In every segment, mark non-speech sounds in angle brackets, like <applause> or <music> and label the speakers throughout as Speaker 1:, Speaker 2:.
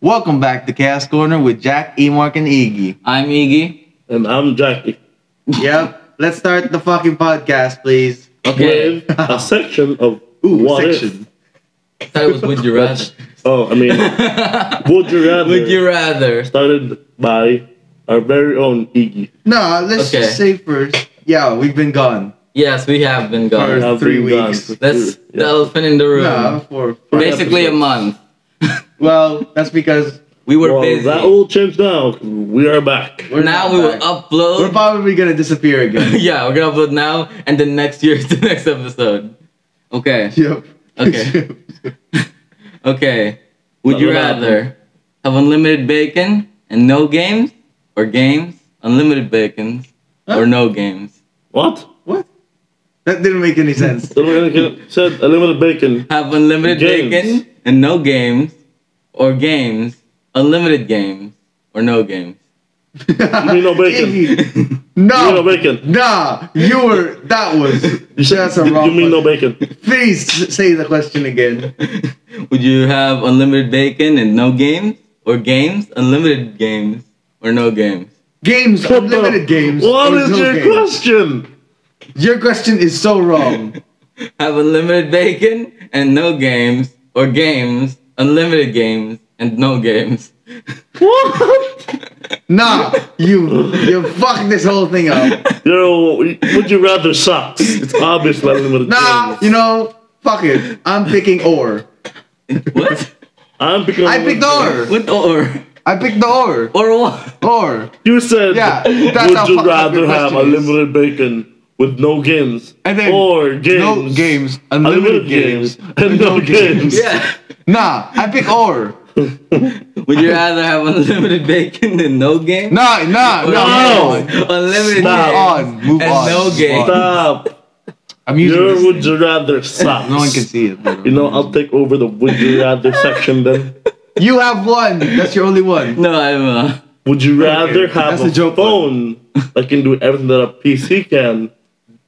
Speaker 1: Welcome back to Cast Corner with Jack, Emark, and Iggy.
Speaker 2: I'm Iggy.
Speaker 3: And I'm Jackie
Speaker 1: <laughs> Yep. Let's start the fucking podcast, please.
Speaker 2: Okay.
Speaker 3: with a section of
Speaker 1: Ooh,
Speaker 3: what
Speaker 1: section.
Speaker 2: I thought it was Would
Speaker 1: <laughs>
Speaker 2: You Rather.
Speaker 3: if. Oh, I mean, would you rather?
Speaker 2: Would You Rather.
Speaker 3: started by our very own Iggy.
Speaker 1: No, let's
Speaker 2: Okay.
Speaker 1: just say first. Yeah, we've been gone.
Speaker 2: Yes, we have been
Speaker 1: For
Speaker 2: gone.
Speaker 3: Have
Speaker 1: three
Speaker 3: been gone
Speaker 1: weeks.
Speaker 3: for
Speaker 2: That's
Speaker 3: two-
Speaker 2: the elephant in the room.
Speaker 1: No, for
Speaker 3: Right.
Speaker 2: Basically a month.
Speaker 1: well, that's because
Speaker 2: We were
Speaker 3: Well,
Speaker 2: busy.
Speaker 3: that will change now. 'cause We are back.
Speaker 1: we're
Speaker 2: now
Speaker 1: not
Speaker 2: we will
Speaker 1: back.
Speaker 2: upload. <laughs>
Speaker 1: We're probably gonna disappear
Speaker 3: <laughs>
Speaker 1: again. <laughs>
Speaker 2: yeah, we're gonna upload now, and then next year <laughs> is the next episode. Okay.
Speaker 1: yep.
Speaker 2: Okay. Okay. Would
Speaker 3: What
Speaker 2: you
Speaker 3: would
Speaker 2: rather have unlimited bacon and no games, or games unlimited bacon
Speaker 1: Huh?
Speaker 2: or no games?
Speaker 3: What?
Speaker 1: what? <laughs> That didn't make any
Speaker 3: <laughs>
Speaker 1: sense.
Speaker 3: So we're gonna get said a little bacon.
Speaker 2: Have unlimited
Speaker 3: Games.
Speaker 2: bacon and no games, or games unlimited games or no games? <laughs>
Speaker 3: mean no bacon.
Speaker 1: Iggy,
Speaker 3: You mean no
Speaker 1: No.
Speaker 3: bacon?
Speaker 1: Nah, you were. That was.
Speaker 3: <laughs> You said-
Speaker 1: That's a
Speaker 3: you-
Speaker 1: wrong.
Speaker 3: You
Speaker 1: question.
Speaker 3: mean no bacon?
Speaker 1: Please s- say the question again.
Speaker 2: Would you have unlimited bacon and no games, or games unlimited games or no games?
Speaker 1: Games,
Speaker 3: What
Speaker 1: <laughs>
Speaker 3: the-
Speaker 1: unlimited games.
Speaker 3: What
Speaker 1: or
Speaker 3: is
Speaker 1: no
Speaker 3: your
Speaker 1: games?
Speaker 3: question?
Speaker 1: Your question is so
Speaker 3: <laughs>
Speaker 1: wrong.
Speaker 2: Have unlimited bacon and no games, or games unlimited games and no games? <laughs>
Speaker 3: What?
Speaker 1: Nah, you you fucked this whole thing up.
Speaker 3: You know, would you rather sucks? It's obviously unlimited.
Speaker 1: Nah,
Speaker 3: games.
Speaker 1: you know, fuck it. I'm picking or.
Speaker 2: What?
Speaker 3: I'm picking.
Speaker 1: I
Speaker 3: unlimited
Speaker 1: picked
Speaker 3: games.
Speaker 1: or.
Speaker 2: What or
Speaker 1: I picked the or.
Speaker 2: or what?
Speaker 1: Or.
Speaker 3: You said,
Speaker 1: Yeah, that's how
Speaker 3: would you
Speaker 1: fucked up your
Speaker 3: rather have
Speaker 1: question is.
Speaker 3: unlimited bacon with no games
Speaker 1: And then
Speaker 3: or games?
Speaker 1: No games. Unlimited,
Speaker 3: Unlimited
Speaker 1: games.
Speaker 3: games and no games.
Speaker 2: Yeah.
Speaker 1: Nah, I pick or.
Speaker 2: <laughs> Would you rather have unlimited bacon than no games?
Speaker 1: Nah, nah,
Speaker 2: Or
Speaker 1: nah.
Speaker 3: No.
Speaker 2: games <laughs> Unlimited
Speaker 3: Stop.
Speaker 1: Move on, move
Speaker 2: and
Speaker 1: on,
Speaker 2: no
Speaker 1: move
Speaker 2: games.
Speaker 1: on.
Speaker 3: Stop.
Speaker 1: I'm using
Speaker 3: Your
Speaker 1: this
Speaker 3: would
Speaker 1: thing.
Speaker 3: you rather sucks.
Speaker 1: <laughs> No one can see it. but-
Speaker 3: You know, I'll take over the would you
Speaker 2: <laughs>
Speaker 3: rather section then.
Speaker 1: You have one. That's your only one.
Speaker 2: No, I'm uh,
Speaker 3: Would you rather have
Speaker 1: that's
Speaker 3: a,
Speaker 1: a joke
Speaker 3: phone that can do everything that a PC can,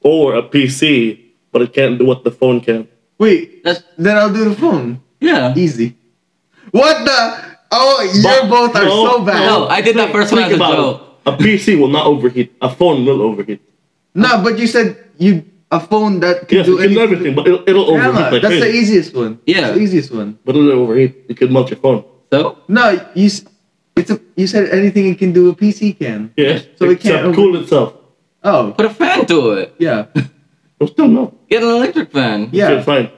Speaker 3: or a PC but it can't do what the phone can?
Speaker 1: Wait,
Speaker 2: that's
Speaker 1: then I'll do the phone.
Speaker 2: yeah.
Speaker 1: Easy. What the? Oh, you
Speaker 3: But-
Speaker 1: both are
Speaker 3: no,
Speaker 1: so bad.
Speaker 2: No,
Speaker 1: No.
Speaker 2: I did that first one
Speaker 3: Think
Speaker 2: as a
Speaker 3: about
Speaker 2: joke.
Speaker 3: it. A PC will not overheat. A phone will overheat.
Speaker 1: but you said you a phone that can
Speaker 3: Yes,
Speaker 1: do
Speaker 3: it can do
Speaker 1: anything.
Speaker 3: everything, but it'll, it'll
Speaker 1: Yeah,
Speaker 3: overheat. like
Speaker 1: that's the
Speaker 3: crazy.
Speaker 1: easiest one.
Speaker 2: Yeah.
Speaker 1: That's the easiest one.
Speaker 3: But it'll overheat. It could melt your phone.
Speaker 2: So
Speaker 1: No, you. s- It's a. You said anything it can do a PC can.
Speaker 3: Yes.
Speaker 1: So it
Speaker 3: except
Speaker 1: can't over-
Speaker 3: cool itself.
Speaker 1: Oh,
Speaker 2: put a fan to it.
Speaker 1: yeah,
Speaker 3: But still no.
Speaker 2: Get an electric fan.
Speaker 1: yeah.
Speaker 3: Okay, fine.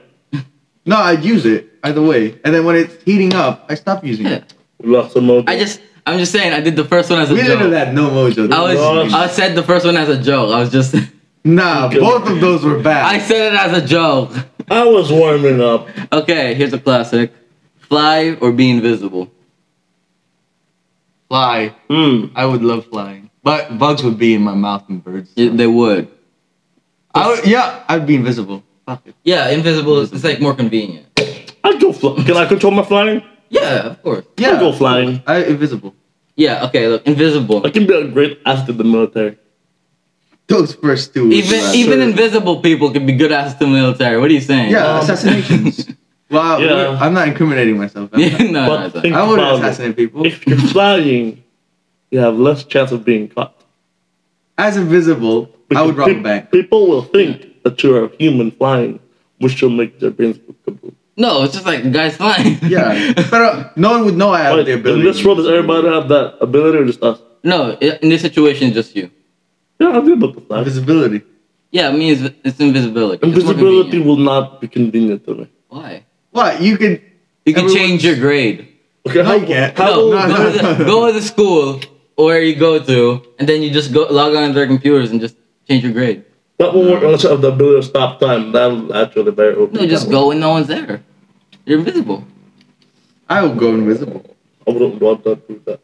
Speaker 1: No, I use it either way, and then when it's heating up, I stop using
Speaker 2: Yeah.
Speaker 1: it.
Speaker 3: We lost some mojo.
Speaker 2: I just I'm just saying I did the first one as a
Speaker 1: We
Speaker 2: joke.
Speaker 1: didn't have no mojo.
Speaker 2: I was
Speaker 3: Lost.
Speaker 2: I said the first one as a joke. I was just <laughs>
Speaker 1: nah,
Speaker 3: Okay.
Speaker 1: both of those were
Speaker 2: I
Speaker 1: bad.
Speaker 2: said it as a joke. <laughs>
Speaker 3: I was warming up.
Speaker 2: Okay, here's a classic. Fly or be invisible.
Speaker 1: Fly.
Speaker 3: Hmm.
Speaker 1: I would love flying, but bugs would be in my mouth and birds.
Speaker 2: Y- They would.
Speaker 1: I would, yeah, I'd be invisible. Fuck it.
Speaker 2: Yeah, invisible is it's like more convenient.
Speaker 3: I'd go flying. Can I control my flying?
Speaker 2: Yeah, of course.
Speaker 1: Yeah,
Speaker 3: I'd go flying.
Speaker 1: I invisible.
Speaker 2: Yeah, okay, look, invisible.
Speaker 3: I can be a great asset in the military.
Speaker 1: Those first two. would be
Speaker 2: Even
Speaker 1: bad.
Speaker 2: even
Speaker 3: Sure.
Speaker 2: invisible people can be good ass to military. What are you saying?
Speaker 1: yeah,
Speaker 3: um,
Speaker 1: assassinations. Wow,
Speaker 3: Yeah.
Speaker 1: we're- I'm not incriminating myself. I'm
Speaker 2: <laughs>
Speaker 3: <laughs>
Speaker 2: Yeah,
Speaker 1: not.
Speaker 2: no, no,
Speaker 3: But
Speaker 2: no.
Speaker 3: think
Speaker 1: I wouldn't
Speaker 3: about it.
Speaker 1: assassinate people.
Speaker 3: If you're flying, you have less chance of being caught.
Speaker 1: As invisible, I
Speaker 3: Because
Speaker 1: would rob a
Speaker 3: peop-
Speaker 1: bank.
Speaker 3: People will think that you're a human flying, which will make their brains go kaboom.
Speaker 2: No, it's just like guys flying.
Speaker 3: <laughs>
Speaker 1: Yeah,
Speaker 2: <laughs>
Speaker 1: but uh, no one would know I have
Speaker 3: But
Speaker 1: the
Speaker 3: in
Speaker 1: ability.
Speaker 3: this world, does everybody have that ability or just us?
Speaker 2: no, i- in this situation, it's just you.
Speaker 3: Yeah, I'll be able to fly.
Speaker 1: Invisibility.
Speaker 2: Yeah, I mean it's, it's invisibility. It's more
Speaker 3: Invisibility
Speaker 2: convenient.
Speaker 3: will not be convenient to me.
Speaker 2: Why?
Speaker 1: What you could?
Speaker 2: You can
Speaker 1: Everyone's-
Speaker 2: change your grade.
Speaker 3: Okay,
Speaker 1: No,
Speaker 3: how,
Speaker 1: you can't.
Speaker 3: how
Speaker 2: no,
Speaker 3: will-
Speaker 1: no,
Speaker 2: go,
Speaker 1: no,
Speaker 2: to
Speaker 1: no,
Speaker 2: the,
Speaker 1: no.
Speaker 2: go to the school or where you go to, and then you just go log on to their computers and just change your grade.
Speaker 3: that won't work unless you have the ability to stop time. That'll actually very open.
Speaker 2: No, just go and no one's there. You're invisible.
Speaker 1: I would go invisible.
Speaker 3: I wouldn't want to do that.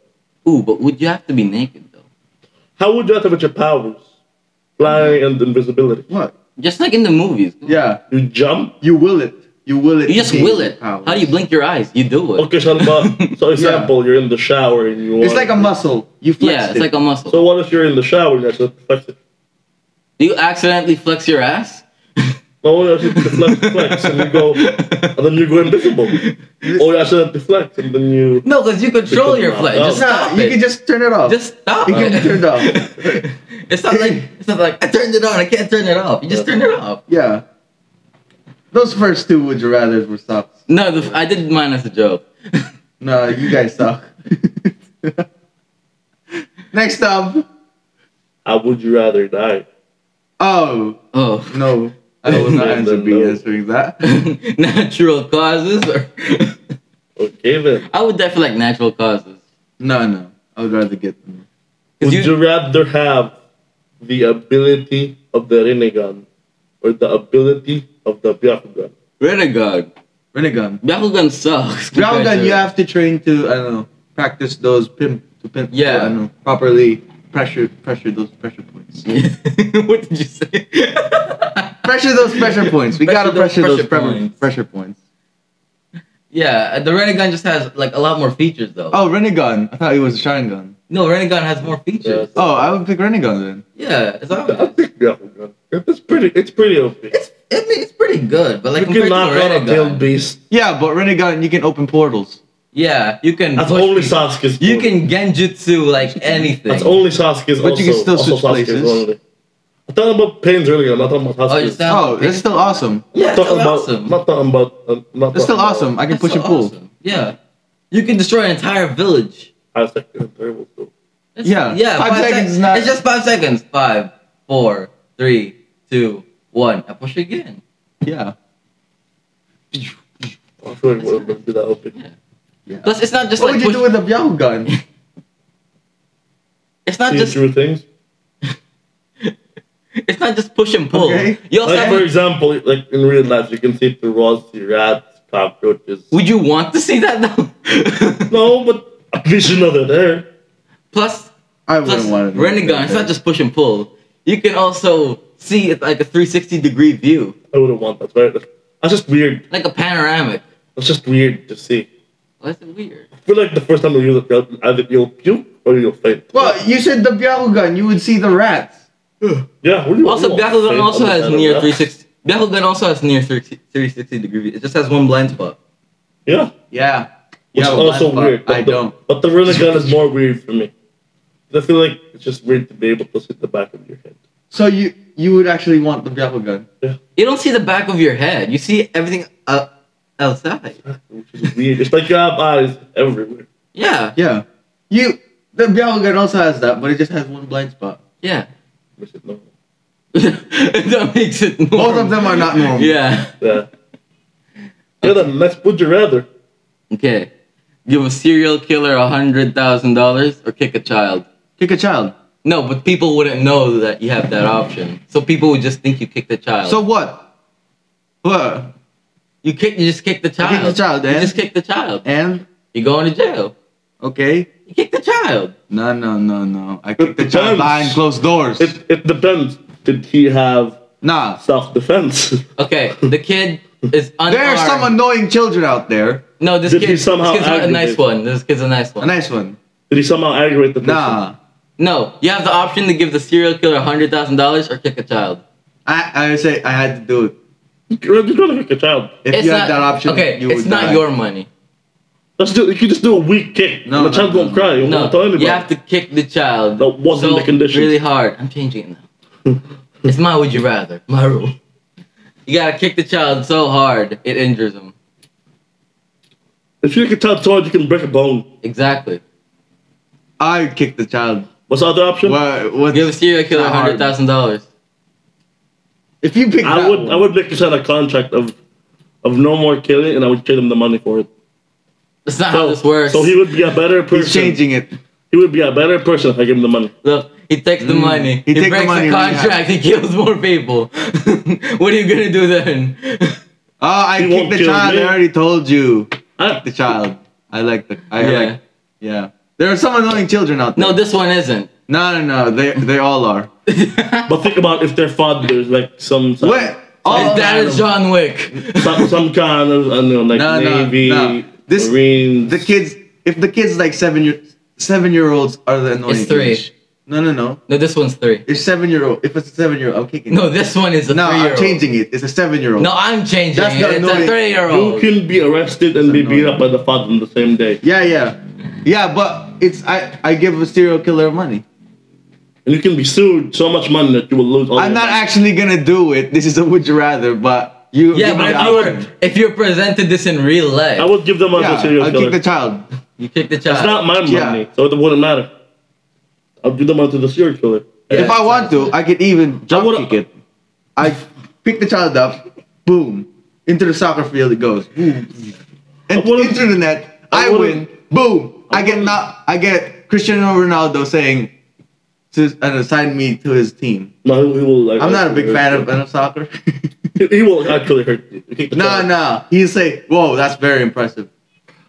Speaker 2: Ooh, but would you have to be naked though?
Speaker 3: How would you activate your powers? Flying and invisibility.
Speaker 1: What?
Speaker 2: Just like in the movies.
Speaker 1: Yeah,
Speaker 3: You jump.
Speaker 1: you will it. You will it.
Speaker 2: You just
Speaker 1: to
Speaker 2: will
Speaker 1: change
Speaker 2: it.
Speaker 1: powers.
Speaker 2: How do you blink your eyes? You do it.
Speaker 3: Okay,
Speaker 2: <laughs>
Speaker 3: so, but, so example, you're in the shower and you.
Speaker 1: It's
Speaker 3: want-
Speaker 1: like a muscle. You flex
Speaker 2: Yeah, it's
Speaker 1: it.
Speaker 2: like a muscle.
Speaker 3: So what if you're in the shower and you actually flex it?
Speaker 2: do you accidentally flex your ass?
Speaker 3: No, you actually deflect, flex, and you go, and then you go invisible. Or you actually deflect, and then you.
Speaker 2: <laughs> No, because you control
Speaker 3: Because
Speaker 2: your
Speaker 3: not
Speaker 2: flex.
Speaker 3: us.
Speaker 2: Just
Speaker 1: No,
Speaker 2: stop
Speaker 1: you
Speaker 2: it.
Speaker 1: can just turn it off.
Speaker 2: just stop
Speaker 1: You can
Speaker 2: it.
Speaker 1: turn it off.
Speaker 2: <laughs> it's not like it's not like I turned it on. I can't turn it off. You just turn it off.
Speaker 1: yeah. Those first two would you rather were sucks.
Speaker 2: No, the, I did mine as a joke. <laughs>
Speaker 1: No, you guys suck. <laughs> Next up.
Speaker 3: I would you rather die?
Speaker 1: Oh
Speaker 2: oh, <laughs>
Speaker 1: no, I will not answer be
Speaker 3: No.
Speaker 1: answering that.
Speaker 2: natural causes. Or <laughs>
Speaker 3: Okay then.
Speaker 2: I would definitely like natural causes.
Speaker 1: No, no, I would rather get them.
Speaker 3: Would
Speaker 2: Because
Speaker 3: you,
Speaker 2: you,
Speaker 3: rather have the ability of the Renegon or the ability of the Byakugan?
Speaker 2: Renegade.
Speaker 1: Renegon.
Speaker 2: Bakugan sucks. compared
Speaker 1: Groundgun,
Speaker 2: to-
Speaker 1: you have to train to I don't know practice those pin to pin.
Speaker 2: Yeah.
Speaker 1: I don't know properly pressure pressure those pressure points.
Speaker 2: <laughs> what did you say?
Speaker 1: Pressure those pressure points. We
Speaker 2: Pressure
Speaker 1: gotta
Speaker 2: those
Speaker 1: pressure those
Speaker 2: pressure
Speaker 1: pressure
Speaker 2: points.
Speaker 1: pressure points.
Speaker 2: Yeah, uh, the Renegon just has like a lot more features though.
Speaker 1: Oh, Renegon. I thought it was a Sharingan.
Speaker 2: No, Renegon has more features.
Speaker 1: Oh, I would pick Renegon then.
Speaker 2: Yeah, it's
Speaker 3: I
Speaker 2: obvious.
Speaker 3: think Byakugan. It's pretty. It's pretty OP.
Speaker 2: It's I mean it's pretty good, but like
Speaker 3: you
Speaker 2: compared
Speaker 3: can
Speaker 2: to
Speaker 3: knock out a tail
Speaker 2: Renegon,
Speaker 3: beast.
Speaker 1: Yeah, but Renegon, you can open portals.
Speaker 2: yeah, you can.
Speaker 3: That's
Speaker 2: push
Speaker 3: only
Speaker 2: people.
Speaker 3: Sasuke's.
Speaker 2: You
Speaker 3: fault.
Speaker 2: can genjutsu like anything.
Speaker 3: That's only Sasuke's.
Speaker 1: But
Speaker 3: also,
Speaker 1: you can still
Speaker 3: also
Speaker 1: switch
Speaker 3: Sasuke's
Speaker 1: places.
Speaker 3: Only. I'm talking about Pain's earlier. I'm not talking about
Speaker 2: Oh,
Speaker 3: Sasuke's.
Speaker 2: you're saying-
Speaker 1: Oh, that's still awesome.
Speaker 2: yeah,
Speaker 3: talking
Speaker 2: that's
Speaker 3: about.
Speaker 2: awesome.
Speaker 3: Not talking about. Uh, not
Speaker 1: That's
Speaker 3: talking
Speaker 1: still
Speaker 3: about-
Speaker 1: awesome. I can
Speaker 2: That's
Speaker 1: push
Speaker 2: so
Speaker 1: and pull.
Speaker 2: awesome. Yeah, you can destroy an entire village.
Speaker 3: I was like, terrible. too.
Speaker 2: That's-
Speaker 1: Yeah,
Speaker 2: yeah.
Speaker 1: five
Speaker 2: sec-
Speaker 1: seconds is not-
Speaker 2: It's just five seconds. Five, four, three, two, one. I push again.
Speaker 1: Yeah.
Speaker 3: I feel like it would have been that OP.
Speaker 2: Yeah.
Speaker 1: Yeah.
Speaker 2: Plus, it's not just
Speaker 1: what would
Speaker 2: like
Speaker 1: you
Speaker 2: push-
Speaker 1: do with a Byakugan?
Speaker 2: it's not
Speaker 3: See
Speaker 2: just
Speaker 3: through things.
Speaker 2: it's not just push and pull.
Speaker 1: Okay.
Speaker 2: You also
Speaker 3: Like
Speaker 2: have
Speaker 3: for
Speaker 2: a-
Speaker 3: example, like in real life, you can see through rods, see rats, cockroaches.
Speaker 2: Would you want to see that
Speaker 1: <laughs>
Speaker 2: though?
Speaker 3: No, but at least you know they're there.
Speaker 2: Plus,
Speaker 1: <laughs> I
Speaker 2: plus
Speaker 1: wouldn't want to.
Speaker 2: Renegon, it's not just push and pull. You can also see it like a 360 degree view,
Speaker 3: I wouldn't want that. Right? That's just weird.
Speaker 2: like a panoramic.
Speaker 3: That's just weird to see.
Speaker 2: Well, that's weird.
Speaker 3: I feel like the first time you use it, you'll- either you'll puke or you'll faint.
Speaker 1: Well, you said the Byakugan, you would see the rats.
Speaker 3: yeah. What do you
Speaker 2: Also,
Speaker 3: you won't
Speaker 2: Bakugan
Speaker 3: faint
Speaker 2: also
Speaker 3: on the
Speaker 2: has
Speaker 3: side of
Speaker 2: near
Speaker 3: that.
Speaker 2: 360. Bakugan also has near 30 360 degree view. It just has one blind spot.
Speaker 3: Yeah.
Speaker 1: Yeah.
Speaker 3: Which
Speaker 1: yeah,
Speaker 3: is
Speaker 1: well,
Speaker 3: also
Speaker 1: that's fine.
Speaker 3: weird. but
Speaker 1: I
Speaker 3: the-
Speaker 1: don't.
Speaker 3: But the Renegon is more weird for me. I feel like it's just weird to be able to see the back of your head.
Speaker 1: So you you would actually want the Byakugan?
Speaker 2: You don't see the back of your head. You see everything uh, outside.
Speaker 3: Which is weird. It's like you have eyes everywhere.
Speaker 2: Yeah,
Speaker 1: Yeah. You the Byakugan also has that, but it just has one blind spot.
Speaker 2: yeah. <laughs>
Speaker 3: Which is normal.
Speaker 2: that makes it. Normal.
Speaker 1: Both of them are not normal.
Speaker 2: Yeah. <laughs>
Speaker 3: Yeah. Yeah, then let's would you rather?
Speaker 2: Okay. Give a serial killer a hundred thousand dollars or kick a child.
Speaker 1: Kick a child.
Speaker 2: No, but people wouldn't know that you have that option. So people would just think you kicked the child.
Speaker 1: So what? What?
Speaker 2: you kick, you just kick the
Speaker 1: I
Speaker 2: child.
Speaker 1: kicked the child,
Speaker 2: You
Speaker 1: and-
Speaker 2: just kick the child.
Speaker 1: And
Speaker 2: You're going to jail.
Speaker 1: okay.
Speaker 2: You kick the child.
Speaker 1: No, no, no, no. I kicked the child
Speaker 3: depends.
Speaker 1: behind closed doors.
Speaker 3: It it depends. Did he have
Speaker 1: nah.
Speaker 3: self <laughs> defense?
Speaker 2: Okay, the kid is unarmed.
Speaker 1: There are some annoying children out there.
Speaker 2: No, this
Speaker 3: Did
Speaker 2: kid.
Speaker 3: he somehow
Speaker 2: this kid's a nice
Speaker 3: aggravate
Speaker 2: one. This kid's a nice
Speaker 1: A
Speaker 2: one.
Speaker 1: nice one.
Speaker 3: Did he somehow aggravate the person?
Speaker 1: Nah.
Speaker 2: No, you have the option to give the serial killer a hundred thousand dollars or kick a child.
Speaker 1: I I say I had to do it.
Speaker 3: You're just gonna kick a child.
Speaker 1: If
Speaker 2: It's
Speaker 1: you
Speaker 2: not-
Speaker 1: had that option,
Speaker 2: okay,
Speaker 1: you
Speaker 2: it's
Speaker 1: would
Speaker 2: not
Speaker 1: die.
Speaker 2: your money.
Speaker 3: Let's do. You can just do a weak kick.
Speaker 1: No,
Speaker 3: No, the
Speaker 1: no,
Speaker 3: child
Speaker 1: no,
Speaker 3: won't
Speaker 1: no.
Speaker 3: cry. You won't tell
Speaker 2: No,
Speaker 3: anybody.
Speaker 2: you have to kick the child.
Speaker 3: That wasn't the condition.
Speaker 2: Really hard. I'm changing it now. it's my would you rather. My rule. You gotta kick the child so hard it injures him.
Speaker 3: If you kick a child so hard, you can break a bone.
Speaker 2: Exactly.
Speaker 1: I kicked the child.
Speaker 3: What's the other option?
Speaker 1: What? What?
Speaker 2: Give a serial killer
Speaker 1: Not hard.
Speaker 2: hundred thousand dollars.
Speaker 1: If you pick
Speaker 3: I
Speaker 1: that
Speaker 3: would
Speaker 1: one,
Speaker 3: I would make you sign a contract of of no more killing, and I would pay them the money for it.
Speaker 2: That's not how
Speaker 3: So,
Speaker 2: this works.
Speaker 3: so he would be a better person.
Speaker 1: He's changing it.
Speaker 3: He would be a better person if I gave him the money.
Speaker 2: Look, he takes the money.
Speaker 1: Mm. He
Speaker 2: He,
Speaker 1: take the
Speaker 2: breaks the,
Speaker 1: money, rehab.
Speaker 2: contract. He kills more people. <laughs> what are you gonna do then?
Speaker 1: Oh, I
Speaker 3: He
Speaker 1: kicked
Speaker 3: won't
Speaker 1: the
Speaker 3: kill
Speaker 1: child.
Speaker 3: me.
Speaker 1: I already told you.
Speaker 3: I,
Speaker 1: The child. I like the. I
Speaker 2: Yeah.
Speaker 1: like. Yeah. There are some annoying children out there.
Speaker 2: no, this one isn't.
Speaker 1: No, no, no. They they all are.
Speaker 3: but think about if their father is like some some,
Speaker 1: What? All
Speaker 2: His dad is John Wick.
Speaker 3: some, some kind of I don't know like
Speaker 1: No, no,
Speaker 3: navy
Speaker 1: no. This-
Speaker 3: marines.
Speaker 1: the kids. If the kids like seven year seven year olds are the annoying.
Speaker 2: It's three.
Speaker 1: age. No, no, no.
Speaker 2: No, this one's three.
Speaker 1: It's seven year old. If it's a seven year old, I'm kicking.
Speaker 2: No, this one is a
Speaker 1: no,
Speaker 2: three-year-old.
Speaker 1: I'm changing it. It's a seven year old.
Speaker 2: No, I'm changing.
Speaker 1: That's not
Speaker 2: it. It's
Speaker 1: knowing-
Speaker 2: a
Speaker 3: You
Speaker 2: three-year-old.
Speaker 3: can be arrested and be beat
Speaker 1: annoying.
Speaker 3: up by the father on the same day.
Speaker 1: Yeah, yeah, yeah. But it's I. I give a serial killer money.
Speaker 3: And you can be sued so much money that you will lose all
Speaker 1: I'm
Speaker 3: your
Speaker 1: not
Speaker 3: money.
Speaker 1: actually gonna do it. This is a would you rather, but you.
Speaker 2: Yeah,
Speaker 1: give
Speaker 2: but
Speaker 1: me
Speaker 2: if
Speaker 1: the
Speaker 2: you
Speaker 1: option.
Speaker 2: were if you were presented this in real life,
Speaker 3: I would give them money to a
Speaker 1: yeah,
Speaker 3: serial
Speaker 1: I'll
Speaker 3: killer.
Speaker 1: kick the child.
Speaker 2: you kick the child.
Speaker 3: it's not my money,
Speaker 1: Yeah.
Speaker 3: so it wouldn't matter. I'll give the money to the serial killer.
Speaker 2: Yeah,
Speaker 1: if I want to, I could even jump
Speaker 3: would-
Speaker 1: kick it. I pick the child up, boom, into the soccer field it goes, boom, and
Speaker 3: would've-
Speaker 1: into the net.
Speaker 3: I
Speaker 1: I, win,
Speaker 3: would've-
Speaker 1: boom. I, get
Speaker 3: would've-
Speaker 1: not. I get Cristiano Ronaldo saying, to and assign me to his team.
Speaker 3: No, he will. Like,
Speaker 1: I'm not a big
Speaker 3: hurt
Speaker 1: fan
Speaker 3: you.
Speaker 1: of, of soccer. <laughs>
Speaker 3: He, he will actually hurt you. Kick the
Speaker 1: no,
Speaker 3: child.
Speaker 1: no. He'd say, "Whoa, that's very impressive."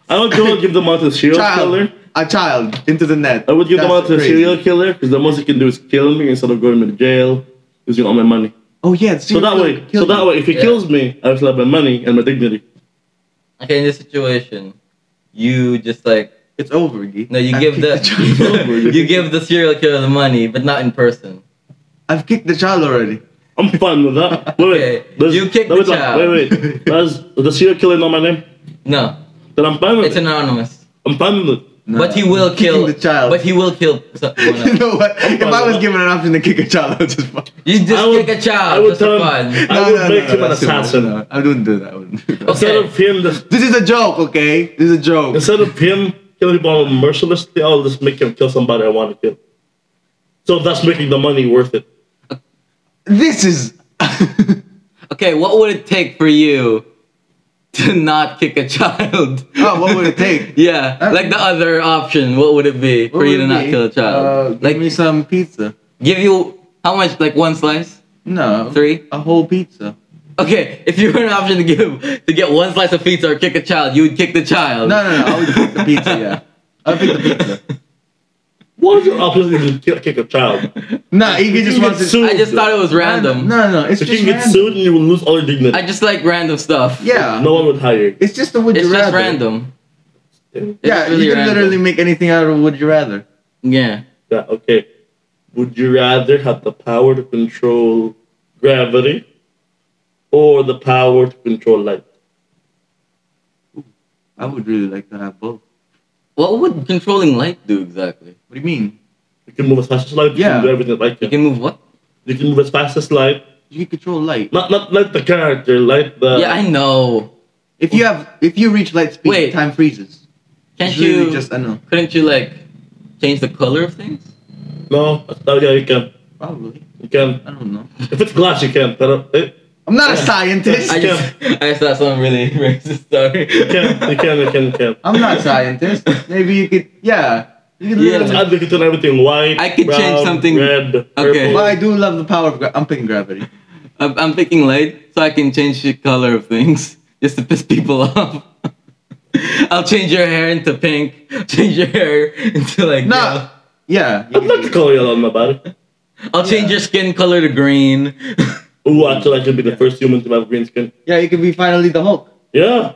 Speaker 3: I would go and give the money to the serial
Speaker 1: Child,
Speaker 3: killer.
Speaker 1: a child into the net.
Speaker 3: I would give the
Speaker 1: That's
Speaker 3: money to the
Speaker 1: crazy.
Speaker 3: serial killer because the most he can do is kill me instead of going to jail, using all my money.
Speaker 1: Oh yeah,
Speaker 3: So that way, so that way, if he
Speaker 2: Yeah.
Speaker 3: kills me, I still have my money and my dignity.
Speaker 2: Okay, in this situation, you just like
Speaker 1: it's over. Gee.
Speaker 2: no, you
Speaker 1: I've
Speaker 2: give
Speaker 1: kicked
Speaker 2: the,
Speaker 3: <laughs>
Speaker 1: child over.
Speaker 2: <laughs> you give the serial killer the money, but not in person.
Speaker 1: <laughs> I've kicked the child already.
Speaker 3: I'm fine with
Speaker 2: <laughs>
Speaker 3: that. Wait, wait.
Speaker 2: Okay,
Speaker 3: does-
Speaker 2: you kick
Speaker 3: wait,
Speaker 2: the
Speaker 3: wait,
Speaker 2: child. <laughs>
Speaker 3: Wait, wait. Does the serial killer know my name?
Speaker 2: No,
Speaker 3: Then I'm
Speaker 1: <laughs>
Speaker 3: fine with
Speaker 2: it's
Speaker 3: it.
Speaker 2: anonymous.
Speaker 3: I'm fine with it.
Speaker 1: No.
Speaker 2: But he will
Speaker 1: Kicking
Speaker 2: kill
Speaker 1: the child.
Speaker 2: But he will kill someone
Speaker 1: <laughs> you
Speaker 2: else.
Speaker 1: know what? If I was
Speaker 3: up.
Speaker 1: given an option to kick a child, I would just. fuck-
Speaker 2: You just
Speaker 3: Oh, I would-
Speaker 2: kick a child.
Speaker 3: I would
Speaker 2: just for
Speaker 3: tell
Speaker 2: fun.
Speaker 3: him-
Speaker 1: <laughs>
Speaker 3: I would make him an
Speaker 1: that's too much.
Speaker 3: assassin.
Speaker 1: No, I wouldn't do that. I wouldn't do that.
Speaker 2: Okay.
Speaker 3: Instead of him, just,
Speaker 1: This is a joke, okay? This is a joke.
Speaker 3: instead of him killing people mercilessly, I'll just make him kill somebody I want to kill. So that's making the money worth it.
Speaker 1: This is.
Speaker 2: Okay, what would it take for you to not kick a child?
Speaker 1: Oh, what would it take?
Speaker 2: <laughs> yeah,
Speaker 1: Uh,
Speaker 2: like the other option, what would it be for you to not kill a
Speaker 1: Uh,
Speaker 2: child?
Speaker 1: give
Speaker 2: like
Speaker 1: me some pizza.
Speaker 2: give you how much? Like one slice?
Speaker 1: No.
Speaker 2: Three?
Speaker 1: A whole pizza.
Speaker 2: Okay, if you were an option to give to get one slice of pizza or kick a child, you would kick the child.
Speaker 1: No, no, no. I would pick the pizza.
Speaker 2: <laughs>
Speaker 1: Yeah. I would pick the pizza.
Speaker 3: What is your option to kill, kick a
Speaker 2: <laughs>
Speaker 3: child?
Speaker 1: Nah, Iggy just
Speaker 3: You
Speaker 1: wants
Speaker 3: get
Speaker 1: to.
Speaker 3: sued.
Speaker 2: I just thought it was random.
Speaker 1: No, no, no. It's
Speaker 3: If
Speaker 1: just
Speaker 3: you get
Speaker 1: random.
Speaker 3: sued and you will lose all your dignity.
Speaker 2: I just like random stuff.
Speaker 1: Yeah.
Speaker 3: no one would hire you.
Speaker 1: It's just a would
Speaker 2: it's
Speaker 1: you
Speaker 2: just
Speaker 1: rather.
Speaker 2: random.
Speaker 3: Yeah,
Speaker 2: It's
Speaker 1: Yeah,
Speaker 2: really
Speaker 1: you can
Speaker 2: random.
Speaker 1: literally make anything out of a would you rather.
Speaker 2: Yeah.
Speaker 3: Yeah, okay. Would you rather have the power to control gravity or the power to control light?
Speaker 1: I would really like to have both.
Speaker 2: What would controlling light do exactly?
Speaker 1: What do you mean?
Speaker 3: You can move as fast as light, you
Speaker 1: Yeah.
Speaker 3: can do everything that light
Speaker 2: You
Speaker 3: can.
Speaker 2: can move what?
Speaker 3: You can move as fast as light.
Speaker 1: You can control light.
Speaker 3: Not not like the character, like the
Speaker 2: yeah, I know.
Speaker 1: If you have, if you reach light speed,
Speaker 2: Wait.
Speaker 1: time freezes.
Speaker 2: Can't
Speaker 1: it's really
Speaker 2: you?
Speaker 1: just I know.
Speaker 2: couldn't you like change the color of things?
Speaker 3: No, oh, yeah, you can.
Speaker 1: Probably.
Speaker 3: You can.
Speaker 1: I don't know.
Speaker 3: If it's glass, you can. But uh, it,
Speaker 1: I'm not a
Speaker 3: Yeah.
Speaker 1: scientist.
Speaker 2: I
Speaker 1: I,
Speaker 3: Yeah.
Speaker 2: just <laughs> I just thought some really racist story.
Speaker 3: you can, you
Speaker 2: <laughs>
Speaker 3: can, you can, you can.
Speaker 1: am not a scientist. Maybe you could. Yeah. You could
Speaker 2: Yeah.
Speaker 1: literally-
Speaker 3: I could turn everything white.
Speaker 2: I could
Speaker 3: brown,
Speaker 2: change something-
Speaker 3: Red.
Speaker 2: Okay.
Speaker 1: But
Speaker 3: Purple.
Speaker 1: I do love the power of. Gra- I'm picking gravity.
Speaker 2: I'm, I'm picking light so I can change the color of things <laughs> just to piss people <laughs> off. I'll change your hair into pink. Change your hair <laughs> into like
Speaker 1: No.
Speaker 2: yellow.
Speaker 1: Yeah. you
Speaker 3: I'd like to
Speaker 1: could-
Speaker 3: color yellow on my body.
Speaker 2: I'll change your skin color to green. <laughs>
Speaker 3: Ooh, actually, I could be the first human to have green skin.
Speaker 1: yeah, you could be finally the Hulk.
Speaker 3: Yeah.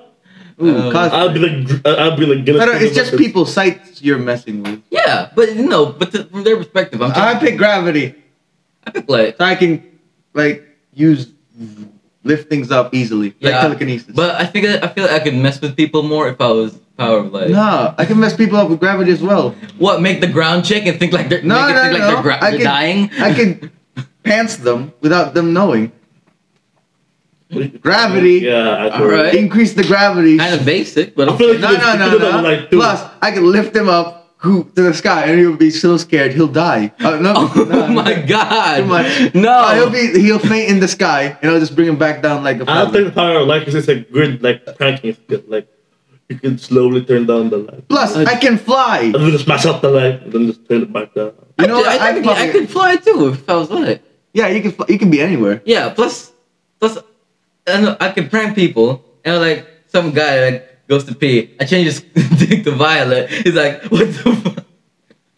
Speaker 1: Ooh,
Speaker 2: Um,
Speaker 1: cos-
Speaker 3: I'll be the I'll be the Guinness.
Speaker 1: Pero
Speaker 3: Book
Speaker 1: uh, it's
Speaker 3: of
Speaker 1: just
Speaker 3: Records.
Speaker 1: people's sights you're messing with.
Speaker 2: yeah, but no, but th- from their perspective, I'm
Speaker 1: I
Speaker 2: changing,
Speaker 1: pick gravity.
Speaker 2: I <laughs> pick light.
Speaker 1: so I can like use lift things up easily, like
Speaker 2: Yeah,
Speaker 1: telekinesis.
Speaker 2: But I think I, I feel like I could mess with people more if I was power of light.
Speaker 1: no, I can mess people up with gravity as well.
Speaker 2: What make the ground shake and think like they're
Speaker 1: No,
Speaker 2: make it
Speaker 1: no,
Speaker 2: think like
Speaker 1: no.
Speaker 2: they're, gra-
Speaker 1: I
Speaker 2: they're
Speaker 1: can-
Speaker 2: dying?
Speaker 1: I
Speaker 2: <laughs>
Speaker 1: can pants them without them knowing. Gravity.
Speaker 3: <laughs> Yeah. I could.
Speaker 2: Alright.
Speaker 1: Increase the gravity.
Speaker 2: kind of basic, but
Speaker 3: I feel
Speaker 2: okay.
Speaker 3: like
Speaker 1: no,
Speaker 3: you
Speaker 1: no,
Speaker 3: could
Speaker 1: no,
Speaker 3: do that
Speaker 1: no.
Speaker 3: with, like, two.
Speaker 1: Plus, I can lift him up who, to the sky, and he'll be so scared he'll die. Uh,
Speaker 2: <laughs>
Speaker 1: no,
Speaker 2: <laughs> oh
Speaker 1: no,
Speaker 2: my
Speaker 1: no.
Speaker 2: god!
Speaker 1: Too much.
Speaker 2: No,
Speaker 1: Uh, he'll be he'll faint in the sky, and I'll just bring him back down like a.
Speaker 3: I don't
Speaker 1: feather.
Speaker 3: think the power of light is it's a good like pranking is good. Like you can slowly turn down the light.
Speaker 2: Uh,
Speaker 1: Plus, I can fly.
Speaker 3: And then just smash up the light and then just turn it back down.
Speaker 2: I,
Speaker 1: You know,
Speaker 2: ju- I,
Speaker 1: what?
Speaker 2: technically- I
Speaker 1: fly.
Speaker 2: could fly too if I was light.
Speaker 1: Yeah, you can. Fly. You can be anywhere.
Speaker 2: Yeah, plus, plus, I, know, I could prank people and like some guy like goes to pee. I change his <laughs> dick to violet. He's like, what the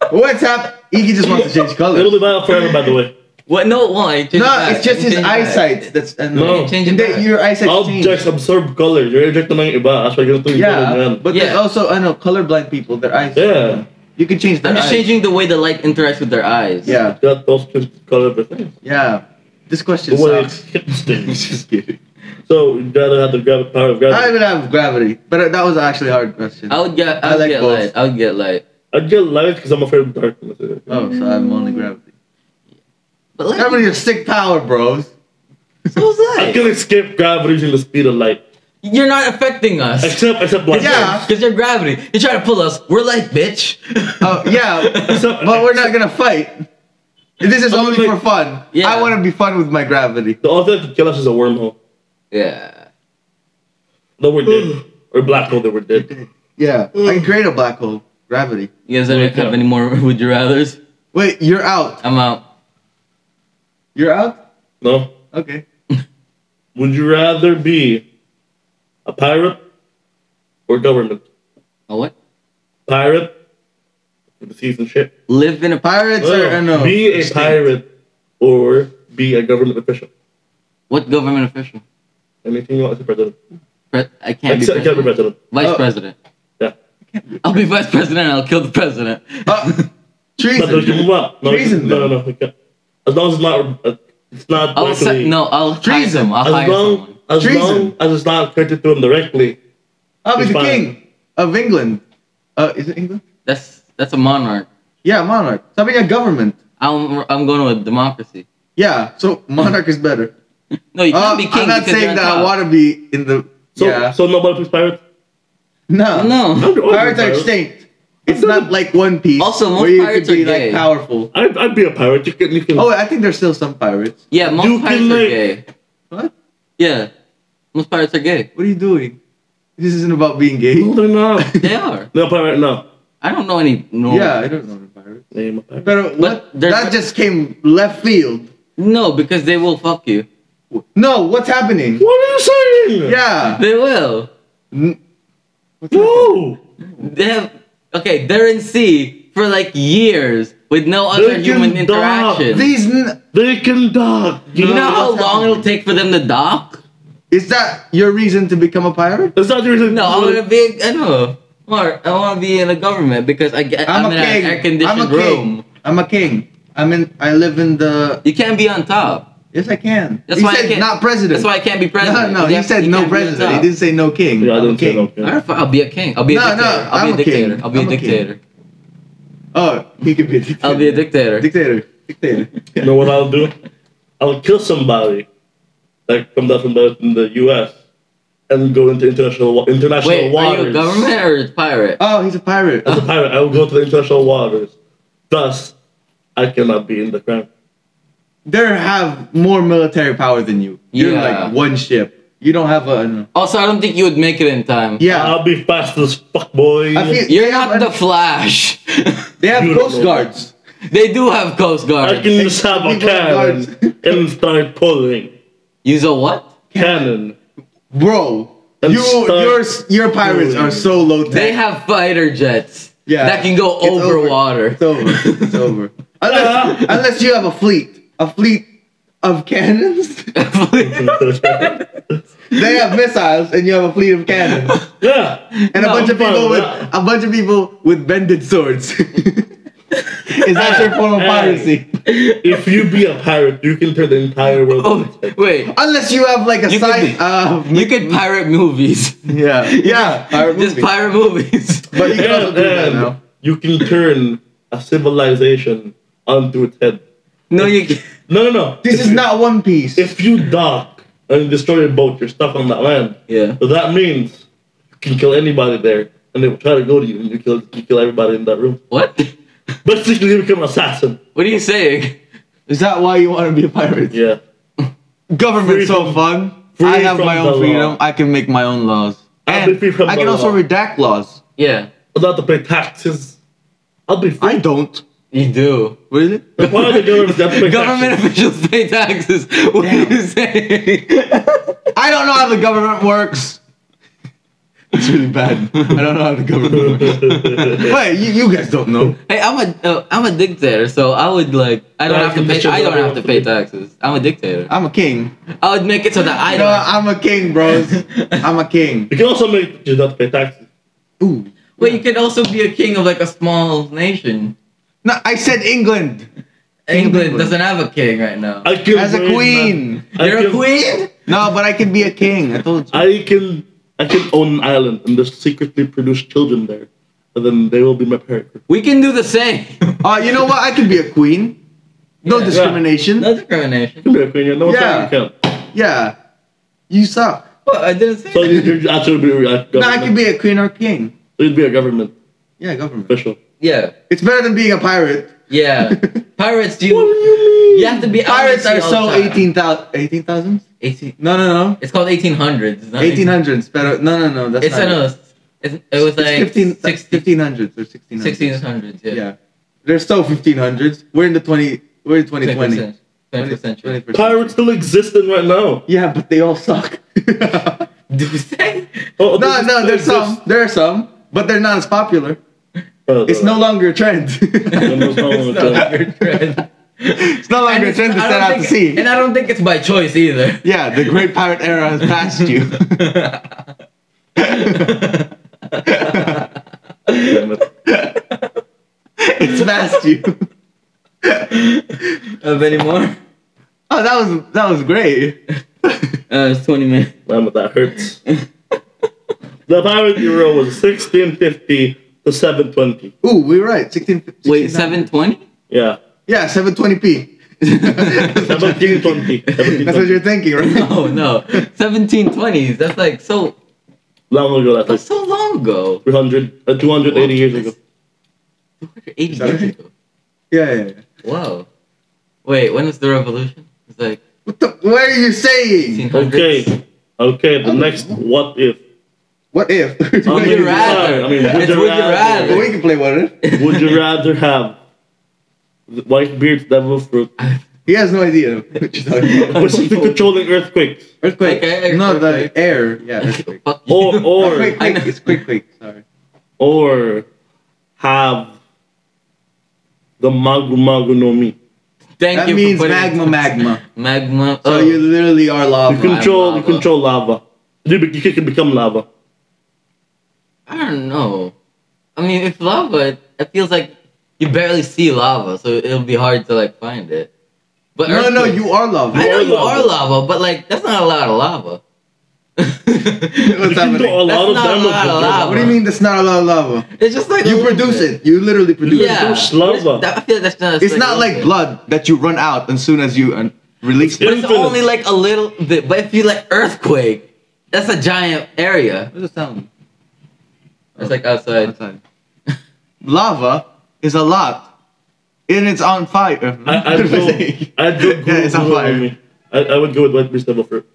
Speaker 2: fuck?
Speaker 1: What's up? Iggy just wants to change
Speaker 2: <laughs>
Speaker 1: colors.
Speaker 3: It'll be valid forever, by the
Speaker 1: <laughs>
Speaker 3: way.
Speaker 2: What? No, why? Change
Speaker 1: No,
Speaker 2: it back.
Speaker 1: it's just his
Speaker 2: Change Oh. it back.
Speaker 1: eyesight. That's and
Speaker 3: No.
Speaker 2: Change it
Speaker 1: and that
Speaker 2: back.
Speaker 1: your eyesight
Speaker 3: Objects
Speaker 1: changes.
Speaker 3: absorb color. You're ejecting naman yung iba. That's why you're doing color
Speaker 1: Yeah,
Speaker 3: yan.
Speaker 1: but there's
Speaker 2: Yeah.
Speaker 1: also I know colorblind people. Their eyes.
Speaker 3: Yeah.
Speaker 1: You can change the
Speaker 2: I'm just
Speaker 1: eyes.
Speaker 2: changing the way the light interacts with their eyes.
Speaker 1: Yeah,
Speaker 3: That those two color the things.
Speaker 1: yeah. This
Speaker 3: The
Speaker 1: question
Speaker 3: way it
Speaker 1: sucks. <laughs>
Speaker 3: hits things.
Speaker 1: just kidding.
Speaker 3: So you'd rather have the gravi- power of
Speaker 1: I
Speaker 3: gravity.
Speaker 1: would have gravity, but that was actually a hard question.
Speaker 2: I would get. I
Speaker 1: I
Speaker 2: would
Speaker 1: like
Speaker 2: get
Speaker 1: both.
Speaker 2: light. I would get light.
Speaker 3: I'd get light because I'm afraid of darkness.
Speaker 1: Oh, so I'm only gravity.
Speaker 2: But light.
Speaker 1: Gravity is sick power, bros.
Speaker 2: so is
Speaker 3: I
Speaker 2: light.
Speaker 3: can escape gravity using the speed of light.
Speaker 2: You're not affecting <laughs> us.
Speaker 3: Except, except light.
Speaker 1: Yeah.
Speaker 2: Because you're gravity. You're trying to pull us. We're light, bitch.
Speaker 1: Oh
Speaker 3: <laughs>
Speaker 1: yeah,
Speaker 3: Except,
Speaker 1: but we're not gonna fight. This is
Speaker 3: I mean,
Speaker 1: only for
Speaker 3: like-
Speaker 1: fun.
Speaker 2: Yeah.
Speaker 1: I want to be fun with my gravity.
Speaker 3: The only thing that could kill us is a wormhole.
Speaker 2: yeah.
Speaker 3: No, we're dead. or black hole that we're dead.
Speaker 1: Yeah, I
Speaker 3: Mm.
Speaker 1: can create a black hole. Gravity.
Speaker 2: You guys don't
Speaker 3: Okay.
Speaker 2: have any more <laughs> would you rather's?
Speaker 1: Wait, you're out.
Speaker 2: I'm out.
Speaker 1: You're out.
Speaker 3: No.
Speaker 1: Okay.
Speaker 3: Would you rather be a pirate or government?
Speaker 2: A Oh, what?
Speaker 3: Pirate, the seas and shit.
Speaker 2: Live in a pirate.
Speaker 1: Pirates are uh, no.
Speaker 3: be a
Speaker 1: extinct.
Speaker 3: pirate or be a government official.
Speaker 2: What government official?
Speaker 3: Anything you want as a president.
Speaker 2: Pre- I can't be
Speaker 3: Except can't be
Speaker 2: president.
Speaker 3: president.
Speaker 2: Vice
Speaker 1: Oh.
Speaker 2: president.
Speaker 3: Yeah.
Speaker 2: I'll be vice president and I'll kill the president.
Speaker 1: Uh,
Speaker 3: But you can
Speaker 1: treason.
Speaker 3: move up. No,
Speaker 1: Treason,
Speaker 3: no, no, no. you can't. As long as it's not, uh, it's
Speaker 2: <laughs>
Speaker 3: not
Speaker 2: I'll se-
Speaker 3: directly-
Speaker 2: no, I'll hire
Speaker 1: Treason.
Speaker 2: someone. I'll
Speaker 3: As
Speaker 2: hire someone.
Speaker 3: long, as
Speaker 1: Treason.
Speaker 3: long as it's not connected to him directly.
Speaker 1: I'll Oh, be
Speaker 3: It's
Speaker 1: the
Speaker 3: fine.
Speaker 1: king of England. Uh, is it England?
Speaker 2: That's that's a monarch.
Speaker 1: Yeah, monarch. Sabi niya government.
Speaker 2: I'm I'm going with democracy.
Speaker 1: Yeah, so monarch is better.
Speaker 2: No, you
Speaker 1: Uh,
Speaker 2: can't be king.
Speaker 1: I'm not
Speaker 2: because you're
Speaker 1: saying
Speaker 2: on
Speaker 1: that I
Speaker 2: top.
Speaker 1: want to be in the.
Speaker 3: So,
Speaker 1: yeah.
Speaker 3: so nobody plays pirate.
Speaker 1: no.
Speaker 2: No.
Speaker 1: <laughs>
Speaker 3: I'd- I'd be a
Speaker 1: Pirates are extinct. It's not like One Piece.
Speaker 2: Also, most
Speaker 1: where you
Speaker 2: pirates
Speaker 1: could be
Speaker 2: are gay.
Speaker 1: like powerful.
Speaker 3: I'd, I'd be a pirate. You can, you can.
Speaker 1: Oh, I think there's still some pirates.
Speaker 2: Yeah, most
Speaker 3: You
Speaker 2: pirates
Speaker 3: can,
Speaker 2: are
Speaker 3: like-
Speaker 2: gay.
Speaker 1: What?
Speaker 2: Yeah, most pirates are gay.
Speaker 1: What are you doing? This isn't about being gay.
Speaker 3: no, they're not.
Speaker 2: They are.
Speaker 3: no pirate. No.
Speaker 2: I don't know any. No.
Speaker 1: Yeah, I don't know the pirates.
Speaker 3: Name a pirate.
Speaker 1: But what?
Speaker 2: there's-
Speaker 1: That just came left field.
Speaker 2: No, because they will fuck you.
Speaker 1: No, what's happening?
Speaker 3: What are you saying?
Speaker 1: Yeah.
Speaker 2: They will.
Speaker 1: N- What's happening?
Speaker 3: No.
Speaker 2: They have. Okay, they're in sea for like years with no other
Speaker 3: They
Speaker 2: human
Speaker 3: can dock.
Speaker 2: interaction.
Speaker 1: These. N-
Speaker 3: They can dock.
Speaker 2: you know how
Speaker 1: what's
Speaker 2: long it'll take for them to dock?
Speaker 1: is that your reason to become a pirate?
Speaker 3: That's not the reason.
Speaker 2: No, I want to be. I know. Mark, I want to be in a government because I get. I'm,
Speaker 1: I'm, a king.
Speaker 2: in an air
Speaker 1: I'm a
Speaker 2: conditioned
Speaker 1: king.
Speaker 2: room.
Speaker 1: I'm a king. I'm in. I live in the.
Speaker 2: You can't be on top.
Speaker 1: Yes, I can.
Speaker 2: That's
Speaker 1: he
Speaker 2: why I
Speaker 1: said
Speaker 2: can't-
Speaker 1: not president.
Speaker 2: That's why I can't be president.
Speaker 1: No, no,
Speaker 2: You
Speaker 1: he
Speaker 2: have-
Speaker 1: said
Speaker 2: you
Speaker 1: no
Speaker 2: can't be on
Speaker 1: president. He
Speaker 2: top.
Speaker 1: didn't say no king.
Speaker 3: Yeah, I
Speaker 1: I'm
Speaker 3: don't
Speaker 1: a king.
Speaker 3: care. okay.
Speaker 2: I don't fu- I'll be a king. I'll be a
Speaker 1: No, no,
Speaker 2: dictator. I'll
Speaker 1: I'm
Speaker 2: be
Speaker 1: a
Speaker 2: a dictator.
Speaker 1: king.
Speaker 2: I'll be a
Speaker 1: I'm a king.
Speaker 2: dictator.
Speaker 1: Oh, he could be a dictator.
Speaker 2: I'll be a dictator.
Speaker 1: dictator. Dictator.
Speaker 3: You know what I'll do? I'll kill somebody that comes out from the, from the U.S. and go into international wa- international
Speaker 2: Wait,
Speaker 3: waters.
Speaker 2: are you a government or a pirate?
Speaker 1: Oh, he's a pirate.
Speaker 3: As a pirate, I will go to the international waters. Thus, I cannot be in the crown.
Speaker 1: They have more military power than you. You're
Speaker 2: Yeah.
Speaker 1: like one ship. You don't have a.
Speaker 2: Also, I don't think you would make it in time.
Speaker 1: Yeah.
Speaker 3: I'll be fast as fuck, boy.
Speaker 1: I feel-
Speaker 2: You're
Speaker 1: They
Speaker 2: not
Speaker 1: have
Speaker 2: the
Speaker 1: an-
Speaker 2: Flash.
Speaker 1: They have
Speaker 3: You don't
Speaker 1: coast
Speaker 3: know.
Speaker 1: guards.
Speaker 2: they do have Coast
Speaker 3: I
Speaker 2: Guard.
Speaker 3: can just have a
Speaker 1: People are
Speaker 3: cannon <laughs> and start pulling.
Speaker 2: Use a what?
Speaker 3: Cannon.
Speaker 2: <laughs>
Speaker 1: Bro,
Speaker 3: I'm
Speaker 1: you,
Speaker 3: stuck.
Speaker 1: your, your pirates are so low tech.
Speaker 2: They have fighter jets.
Speaker 1: Yeah.
Speaker 2: That can go
Speaker 1: It's
Speaker 2: over, water.
Speaker 1: It's over. It's
Speaker 3: <laughs>
Speaker 1: over. Unless,
Speaker 3: Uh-huh.
Speaker 1: unless you have a fleet. A fleet of
Speaker 2: <laughs>
Speaker 1: cannons. they have missiles and you have a fleet of cannons.
Speaker 3: yeah.
Speaker 1: And
Speaker 2: No,
Speaker 1: a bunch of
Speaker 3: bro,
Speaker 1: people with
Speaker 3: yeah.
Speaker 1: a bunch of people with bended swords. <laughs> Is that your form of
Speaker 3: Hey.
Speaker 1: piracy?
Speaker 3: If you be a pirate, you can turn the entire world.
Speaker 2: <laughs> oh, wait.
Speaker 1: Unless you have like a
Speaker 2: You
Speaker 1: side
Speaker 2: could-
Speaker 1: uh
Speaker 2: You could pirate movies.
Speaker 1: yeah. Yeah. Pirate
Speaker 2: Just
Speaker 1: movie.
Speaker 2: pirate movies.
Speaker 3: <laughs>
Speaker 1: but you can also
Speaker 3: and,
Speaker 1: do that
Speaker 3: and
Speaker 1: now.
Speaker 3: you can turn a civilization onto its head.
Speaker 2: <laughs> no, you can't.
Speaker 3: No, no, no.
Speaker 1: This
Speaker 3: If
Speaker 1: is
Speaker 3: you-
Speaker 1: not One Piece.
Speaker 3: If you dock and destroy your boat, you're stuck on that land.
Speaker 2: Yeah.
Speaker 3: So that means you can kill anybody there, and they will try to go to you, and you kill you kill everybody in that room.
Speaker 2: What?
Speaker 3: Basically, you become an assassin.
Speaker 2: What are you saying?
Speaker 1: Is that why you want to be a pirate?
Speaker 3: Yeah.
Speaker 1: Government's
Speaker 3: Free
Speaker 1: so
Speaker 3: from-
Speaker 1: fun.
Speaker 3: free
Speaker 1: I have
Speaker 3: from
Speaker 1: my
Speaker 3: the
Speaker 1: own
Speaker 3: law.
Speaker 1: freedom. I can make my own laws.
Speaker 3: I'll be
Speaker 1: And
Speaker 3: free from
Speaker 1: I
Speaker 3: the
Speaker 1: can also
Speaker 3: law.
Speaker 1: redact laws.
Speaker 2: Yeah.
Speaker 3: I'll have to pay taxes. I'll be free.
Speaker 1: I don't.
Speaker 2: You do.
Speaker 1: Really?
Speaker 3: <laughs> Why are the government have to pay
Speaker 2: Government
Speaker 3: taxes?
Speaker 2: officials pay taxes. What
Speaker 1: Damn.
Speaker 2: are you
Speaker 3: <laughs>
Speaker 2: saying?
Speaker 1: I don't know how the government works. It's really bad. I don't know how the government
Speaker 3: <laughs>
Speaker 1: works. <laughs> Wait, you, you guys don't know.
Speaker 2: hey, I'm a uh, I'm a dictator, so I would like I don't
Speaker 3: Yeah,
Speaker 2: have to
Speaker 3: you
Speaker 2: pay
Speaker 3: should
Speaker 2: I don't
Speaker 3: go
Speaker 2: have to pay taxes. I'm a dictator.
Speaker 1: I'm a king.
Speaker 2: I would make it so that I
Speaker 1: No,
Speaker 2: don't. <laughs>
Speaker 1: I'm a king, bros. I'm a king.
Speaker 3: You can also make you not pay taxes.
Speaker 1: Ooh.
Speaker 2: But you could also be a king of like a small nation.
Speaker 1: No, I said England King of
Speaker 2: England
Speaker 1: England.
Speaker 2: doesn't have a king right now.
Speaker 3: I can
Speaker 1: as a
Speaker 3: reign, man.
Speaker 1: queen.
Speaker 3: I
Speaker 2: You're a
Speaker 3: can-
Speaker 2: queen?
Speaker 1: No, but I could be a king. I told you.
Speaker 3: I can I can own an island and just secretly produce children there, and then they will be my parent. <laughs> group.
Speaker 2: We can do the
Speaker 3: <laughs>
Speaker 2: same.
Speaker 1: Oh, you know what? I could be a queen. No
Speaker 2: Yeah.
Speaker 1: discrimination.
Speaker 2: No discrimination.
Speaker 3: You can be a queen. yeah, No one's
Speaker 1: Yeah.
Speaker 3: saying you can.
Speaker 1: Yeah, you suck.
Speaker 2: What? Oh, I didn't say
Speaker 3: So
Speaker 2: that.
Speaker 3: you- you're actually be a government.
Speaker 1: No, I could be a queen or king.
Speaker 3: So you'd be a government
Speaker 1: Yeah, government.
Speaker 3: official.
Speaker 2: Yeah.
Speaker 1: It's better than being a pirate.
Speaker 3: <laughs>
Speaker 2: Yeah.
Speaker 1: <laughs>
Speaker 2: Pirates, you.
Speaker 3: What do you mean?
Speaker 2: You have to be out
Speaker 1: Pirates
Speaker 2: at sea
Speaker 1: are
Speaker 2: all the
Speaker 1: so
Speaker 2: time.
Speaker 1: 18,000. 18,000?
Speaker 2: 18
Speaker 1: No, no, no.
Speaker 2: It's called 1800s. It's not
Speaker 1: 1800s. Better. No, no, no. That's
Speaker 2: It's,
Speaker 1: not
Speaker 2: I know.
Speaker 1: it.
Speaker 2: It's, it's- it was like
Speaker 1: It's 15,
Speaker 2: 60,
Speaker 1: 1500s or 1600s.
Speaker 2: 1600s. Yeah.
Speaker 1: Yeah. They're still 1500s. We're in the 20. We're in 2020.
Speaker 2: 20th, 20th century.
Speaker 1: 21st.
Speaker 3: Pirates still existing right now.
Speaker 1: Yeah, but they all
Speaker 2: <laughs>
Speaker 1: suck. no,
Speaker 2: Do you say?
Speaker 3: Oh, they
Speaker 1: no,
Speaker 3: just still
Speaker 1: there's
Speaker 3: exist.
Speaker 1: some. There are some, but they're not as popular.
Speaker 3: Oh,
Speaker 1: It's no longer a trend. <laughs>
Speaker 3: no problem
Speaker 2: It's
Speaker 3: with
Speaker 2: no
Speaker 3: that.
Speaker 2: longer a trend.
Speaker 1: it's no
Speaker 2: And
Speaker 1: longer a
Speaker 2: it's-
Speaker 1: trend to
Speaker 2: I
Speaker 1: set
Speaker 2: don't
Speaker 1: out to
Speaker 2: think-
Speaker 1: sea.
Speaker 2: And I don't think it's by choice either.
Speaker 1: Yeah, the great pirate era has passed you. <laughs>
Speaker 3: Damn it.
Speaker 1: it's passed you.
Speaker 2: <laughs> Of any more?
Speaker 1: Oh, that was that was great. <laughs>
Speaker 2: Uh, it's 20 minutes.
Speaker 3: Damn it, oh, that hurts. <laughs> the pirate euro was 1650 to 720.
Speaker 1: Ooh, we were right. 16,
Speaker 2: Wait,
Speaker 1: 1600.
Speaker 2: 720?
Speaker 1: <laughs>
Speaker 3: Yeah.
Speaker 1: Yeah, 720p. <laughs> That's what you're
Speaker 3: 1720.
Speaker 1: thinking. That's what you're thinking, right?
Speaker 2: <laughs> No, no. 1720s. That's like so
Speaker 3: Long ago, that's
Speaker 2: that's
Speaker 3: like
Speaker 2: so long ago.
Speaker 3: 300, uh, 280 years ago.
Speaker 2: 80 years
Speaker 1: Sorry?
Speaker 2: ago.
Speaker 1: Yeah, yeah. yeah.
Speaker 2: Wow. Wait, when was the revolution? It's like
Speaker 1: What, the, what are you saying?
Speaker 2: 1800s.
Speaker 3: Okay. Okay, the next what if?
Speaker 1: What if? <laughs>
Speaker 3: I
Speaker 2: Would
Speaker 3: mean,
Speaker 2: you
Speaker 3: sorry,
Speaker 2: rather?
Speaker 3: I mean, would
Speaker 2: it's
Speaker 3: you
Speaker 2: would you
Speaker 3: rather?
Speaker 2: rather?
Speaker 1: Well, we can play what if.
Speaker 2: <laughs>
Speaker 3: Would you rather have the white beard devil
Speaker 2: <laughs>
Speaker 3: fruit?
Speaker 1: He has no idea what you're talking
Speaker 3: <laughs>
Speaker 1: about.
Speaker 3: Which is the controlling earthquakes?
Speaker 1: Earthquake.
Speaker 2: Okay,
Speaker 1: no, the
Speaker 2: earthquake.
Speaker 1: air. Yeah, earthquake.
Speaker 2: Fuck you.
Speaker 3: Or
Speaker 1: Oh, quick,
Speaker 3: or
Speaker 2: I
Speaker 1: quick.
Speaker 2: know.
Speaker 1: It's quick, quick. Sorry.
Speaker 3: or have the magu magu no mi.
Speaker 2: <laughs> Thank
Speaker 1: That
Speaker 2: you for
Speaker 1: means
Speaker 2: putting-
Speaker 1: magma, magma.
Speaker 2: Magma.
Speaker 1: So
Speaker 2: oh,
Speaker 1: you literally are lava.
Speaker 3: You control you
Speaker 2: lava.
Speaker 3: control lava. You, be, you can become lava.
Speaker 2: I don't know. I mean, if lava, it feels like you barely see lava, so it'll be hard to like find it. But
Speaker 1: No, no,
Speaker 2: earthquake-
Speaker 1: you are lava.
Speaker 2: I know
Speaker 3: are
Speaker 2: you
Speaker 3: lava.
Speaker 2: are lava, but like that's not a lot of lava. <laughs>
Speaker 1: What's
Speaker 3: You can do
Speaker 1: happening?
Speaker 3: a lot
Speaker 2: That's not a
Speaker 3: of damage.
Speaker 2: lot of
Speaker 3: with
Speaker 2: lava.
Speaker 1: What do you mean that's not a lot of lava?
Speaker 2: it's just like a
Speaker 1: You
Speaker 2: little
Speaker 1: produce
Speaker 2: bit.
Speaker 1: it. You literally produce
Speaker 2: Yeah,
Speaker 1: it.
Speaker 3: produce lava.
Speaker 2: It's- I feel like that's not.
Speaker 1: It's not
Speaker 2: a
Speaker 1: like
Speaker 2: little
Speaker 1: blood that you run out as soon as you uh, release
Speaker 2: bit.
Speaker 1: it.
Speaker 2: But it's
Speaker 3: Infinite.
Speaker 2: only like a little bit. But if you like earthquake, that's a giant area.
Speaker 1: What's the sound?
Speaker 2: It's like outside.
Speaker 1: Outside. Lava is a lot. And it's on fire.
Speaker 3: I,
Speaker 2: <laughs>
Speaker 3: I'd go, I'd go
Speaker 1: <laughs> Yeah, it's on
Speaker 3: Google on
Speaker 1: fire.
Speaker 3: me. I, I would go with white beast devil fruit.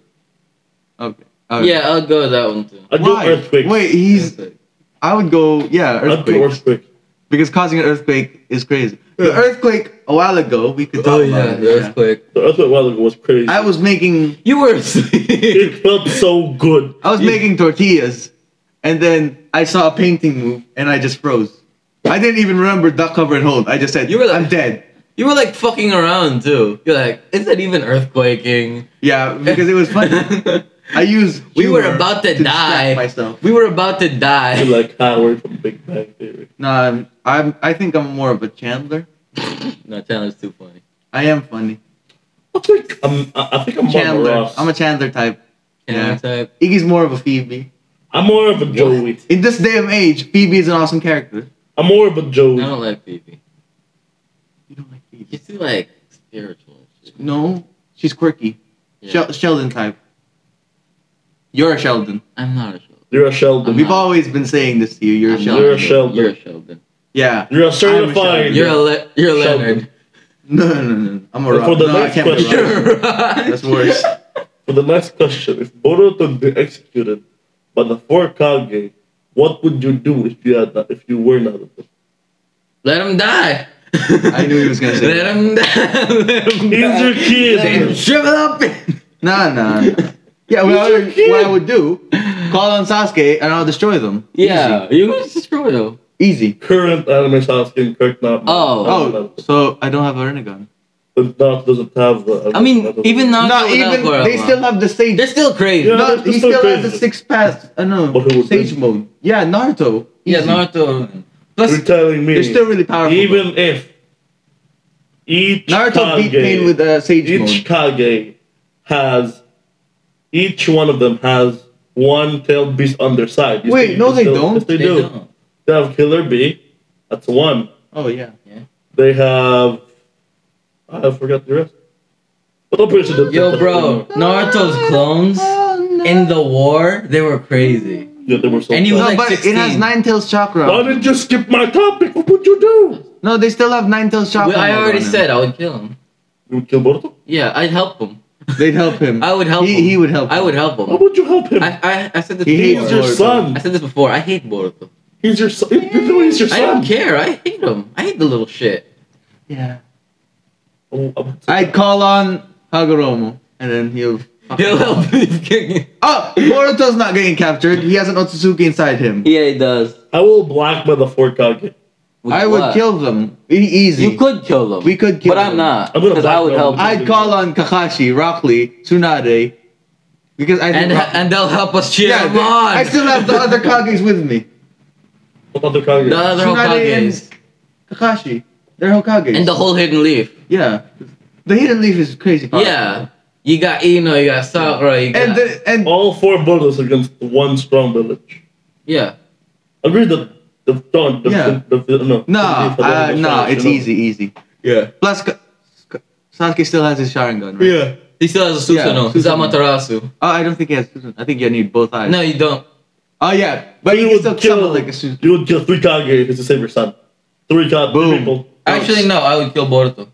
Speaker 1: Okay. Alright.
Speaker 2: Yeah, I'll go with that one too.
Speaker 3: I'd
Speaker 1: Why?
Speaker 3: do earthquakes.
Speaker 1: Wait, he's.
Speaker 2: Earthquake.
Speaker 1: I would go. Yeah,
Speaker 3: I'd do
Speaker 1: earthquake.
Speaker 3: earthquakes.
Speaker 1: Because causing an earthquake is crazy. The
Speaker 3: Yeah.
Speaker 1: earthquake a while ago, we could talk
Speaker 2: Oh yeah,
Speaker 1: about.
Speaker 2: the
Speaker 1: it, yeah.
Speaker 2: earthquake.
Speaker 3: The earthquake while ago was crazy.
Speaker 1: I was making
Speaker 2: You were asleep.
Speaker 3: it felt so good.
Speaker 1: I was
Speaker 3: You-
Speaker 1: making tortillas, and then I saw a painting move, and I just froze. I didn't even remember duck cover and hold. I just said,
Speaker 2: You were like-
Speaker 1: "I'm dead."
Speaker 2: <laughs> You were like fucking around too. You're like, is it even earthquaking?
Speaker 1: Yeah, because it was
Speaker 2: <laughs>
Speaker 1: funny. I used.
Speaker 2: we were
Speaker 1: humor
Speaker 2: about to,
Speaker 1: distract
Speaker 2: die.
Speaker 1: Myself.
Speaker 2: We were about to die.
Speaker 3: You're like Howard from Big Bang Theory.
Speaker 1: No, I'm, I'm. I think I'm more of a Chandler.
Speaker 2: no, Chandler's too funny.
Speaker 1: I am funny.
Speaker 3: I think I'm. I I think I'm more of a
Speaker 1: Chandler.
Speaker 3: Ross.
Speaker 1: I'm a Chandler type.
Speaker 2: Chandler
Speaker 1: Yeah.
Speaker 2: type.
Speaker 1: Iggy's more of a Phoebe.
Speaker 3: I'm more of a Joey.
Speaker 1: In this day of age, Phoebe is an awesome character.
Speaker 3: I'm more of a
Speaker 2: I
Speaker 3: Joey.
Speaker 2: don't like Phoebe.
Speaker 1: You don't like Phoebe.
Speaker 2: She's too like spiritual. and shit.
Speaker 1: No, she's quirky.
Speaker 2: Yeah.
Speaker 1: Shel- Sheldon type. You're a Sheldon.
Speaker 2: I'm not a Sheldon.
Speaker 3: You're a Sheldon.
Speaker 2: I'm
Speaker 1: We've
Speaker 2: not.
Speaker 1: always been saying this to you. You're a
Speaker 2: I'm
Speaker 1: Sheldon.
Speaker 3: You're a
Speaker 2: not
Speaker 3: Sheldon.
Speaker 2: You're a Sheldon.
Speaker 1: Yeah. <laughs>
Speaker 3: You're a
Speaker 1: Sheldon.
Speaker 3: certified.
Speaker 2: You're a Le- you're a
Speaker 3: Sheldon.
Speaker 2: Leonard. <laughs>
Speaker 1: No, no, no, no. I'm a
Speaker 3: But
Speaker 1: rock.
Speaker 3: for the
Speaker 1: no, I
Speaker 3: next
Speaker 1: can't be a rock.
Speaker 2: <laughs>
Speaker 3: question-
Speaker 2: You're a Rod.
Speaker 1: That's worse.
Speaker 3: For the next question, if Boruto be executed by the four Kage, what would you do if you had that, if you were not? a-
Speaker 2: Let him die.
Speaker 1: I knew he was gonna say
Speaker 2: <laughs> Let
Speaker 1: that.
Speaker 2: him die. <laughs> Let him
Speaker 3: He's
Speaker 2: die.
Speaker 3: your kid.
Speaker 2: Let him shrivel up.
Speaker 1: Nah, nah, nah. Yeah, well,
Speaker 3: You're
Speaker 1: what
Speaker 3: cute.
Speaker 1: I would do, call on Sasuke and I'll destroy them.
Speaker 2: <laughs> yeah, you was destroyed though.
Speaker 1: Easy. Easy.
Speaker 3: Current anime Sasuke and Kirk not.
Speaker 2: Oh.
Speaker 1: Oh, so I don't have a Renegon.
Speaker 3: But Knox doesn't have the.
Speaker 2: I mean, even now,
Speaker 1: Not even they still have the stage.
Speaker 2: they're still crazy.
Speaker 3: Yeah.
Speaker 1: No,
Speaker 3: that's
Speaker 1: he
Speaker 3: so
Speaker 1: still has
Speaker 3: crazy.
Speaker 1: the six pass. I know
Speaker 3: But who was
Speaker 1: stage
Speaker 3: this?
Speaker 1: mode. Yeah, Naruto.
Speaker 2: Yeah,
Speaker 1: Easy.
Speaker 2: Naruto.
Speaker 3: You're
Speaker 2: Plus,
Speaker 3: telling me.
Speaker 1: They're still really powerful.
Speaker 3: even if. Each
Speaker 1: Naruto beat
Speaker 3: Kage-
Speaker 1: Pain with uh, stage
Speaker 3: each
Speaker 1: mode.
Speaker 3: Kage has each one of them has one tailed beast on their side. You
Speaker 1: Wait,
Speaker 3: see,
Speaker 1: no,
Speaker 3: you
Speaker 1: they
Speaker 3: still-
Speaker 1: don't.
Speaker 3: Yes, they,
Speaker 2: they
Speaker 3: do.
Speaker 2: don't.
Speaker 3: They have Killer Bee. That's one.
Speaker 1: Oh yeah.
Speaker 3: They have I forgot the rest. But I'm pretty sure that-
Speaker 2: Yo,
Speaker 3: that-
Speaker 2: bro, Naruto's
Speaker 1: Oh,
Speaker 2: clones in the war, they were crazy.
Speaker 3: Yeah, they were so
Speaker 2: And he
Speaker 3: fast.
Speaker 2: was
Speaker 1: No,
Speaker 2: like
Speaker 1: but it has
Speaker 2: 16.
Speaker 1: nine tails chakra.
Speaker 3: Why did you skip my topic? What would you do?
Speaker 1: No, they still have nine tails chakra.
Speaker 2: Well, I
Speaker 1: mode
Speaker 2: already
Speaker 1: on him.
Speaker 2: said I would kill him.
Speaker 3: You would kill Boruto?
Speaker 2: Yeah, I'd help him.
Speaker 1: they'd help him.
Speaker 2: I would help
Speaker 1: He,
Speaker 2: him.
Speaker 1: he would help.
Speaker 2: I
Speaker 1: him.
Speaker 2: would help him.
Speaker 3: How would you help him?
Speaker 2: I, I, I said this
Speaker 1: He hates
Speaker 2: before.
Speaker 3: he's your
Speaker 1: Boruto.
Speaker 3: son.
Speaker 2: I said this before. I hate Boruto.
Speaker 3: He's your son. Even though he's your
Speaker 2: I don't
Speaker 3: son.
Speaker 2: care. I hate him. I hate the little shit.
Speaker 1: Yeah.
Speaker 3: Oh, I'm-
Speaker 1: I'd call on Hagoromo, and then he'll.
Speaker 2: He'll help me kick
Speaker 1: Oh, Boruto's not getting captured. He has an Otsutsuki inside him.
Speaker 2: <laughs> Yeah, he does.
Speaker 3: I will black by the four Kage.
Speaker 2: With
Speaker 1: I would
Speaker 2: what?
Speaker 1: kill them E- easy.
Speaker 2: You could kill them.
Speaker 1: We could kill
Speaker 2: But I'm
Speaker 1: them.
Speaker 2: not.
Speaker 3: I'm gonna
Speaker 2: Because I
Speaker 3: black
Speaker 2: would
Speaker 3: them.
Speaker 2: help.
Speaker 1: I'd call on Kakashi, Rock Lee, Tsunade, because I <laughs> think
Speaker 2: and
Speaker 1: Rock-
Speaker 2: and they'll help us cheer
Speaker 1: yeah,
Speaker 2: him on.
Speaker 1: I still have the other Kages with me.
Speaker 3: What other
Speaker 2: <laughs>
Speaker 3: Kage?
Speaker 2: the <laughs> other
Speaker 1: Tsunade and-
Speaker 2: Hokages
Speaker 1: Kakashi, they're Hokages.
Speaker 2: and the whole hidden leaf.
Speaker 1: yeah, the hidden leaf is crazy. powerful.
Speaker 2: Yeah, you got Ino, you got Sakura, you got
Speaker 1: and the, and
Speaker 3: All four villages against one strong village.
Speaker 2: yeah.
Speaker 3: Agree that the don't the,
Speaker 1: Yeah.
Speaker 3: the, the, no
Speaker 1: no,
Speaker 3: Oh, the- the-
Speaker 1: uh,
Speaker 3: the-
Speaker 1: no,
Speaker 3: the-
Speaker 1: it's
Speaker 3: the-
Speaker 1: easy, easy.
Speaker 3: Yeah.
Speaker 1: Plus, Ka- Ka- Sasuke still has his Sharingan, right?
Speaker 3: Yeah.
Speaker 2: He still has a
Speaker 1: Yeah,
Speaker 2: Susanoo. He's
Speaker 1: Susanoo.
Speaker 2: Amaterasu.
Speaker 1: Oh, I don't think he has. Susan. I think you need both eyes.
Speaker 2: No, you don't.
Speaker 1: Oh yeah, but you
Speaker 3: You
Speaker 1: can
Speaker 3: would
Speaker 1: still
Speaker 3: kill
Speaker 1: summon like a Susan.
Speaker 3: You would kill three Kage to save your son. Three Kage
Speaker 1: Boom.
Speaker 3: three people. <laughs>
Speaker 2: Actually, no. I would kill Boruto.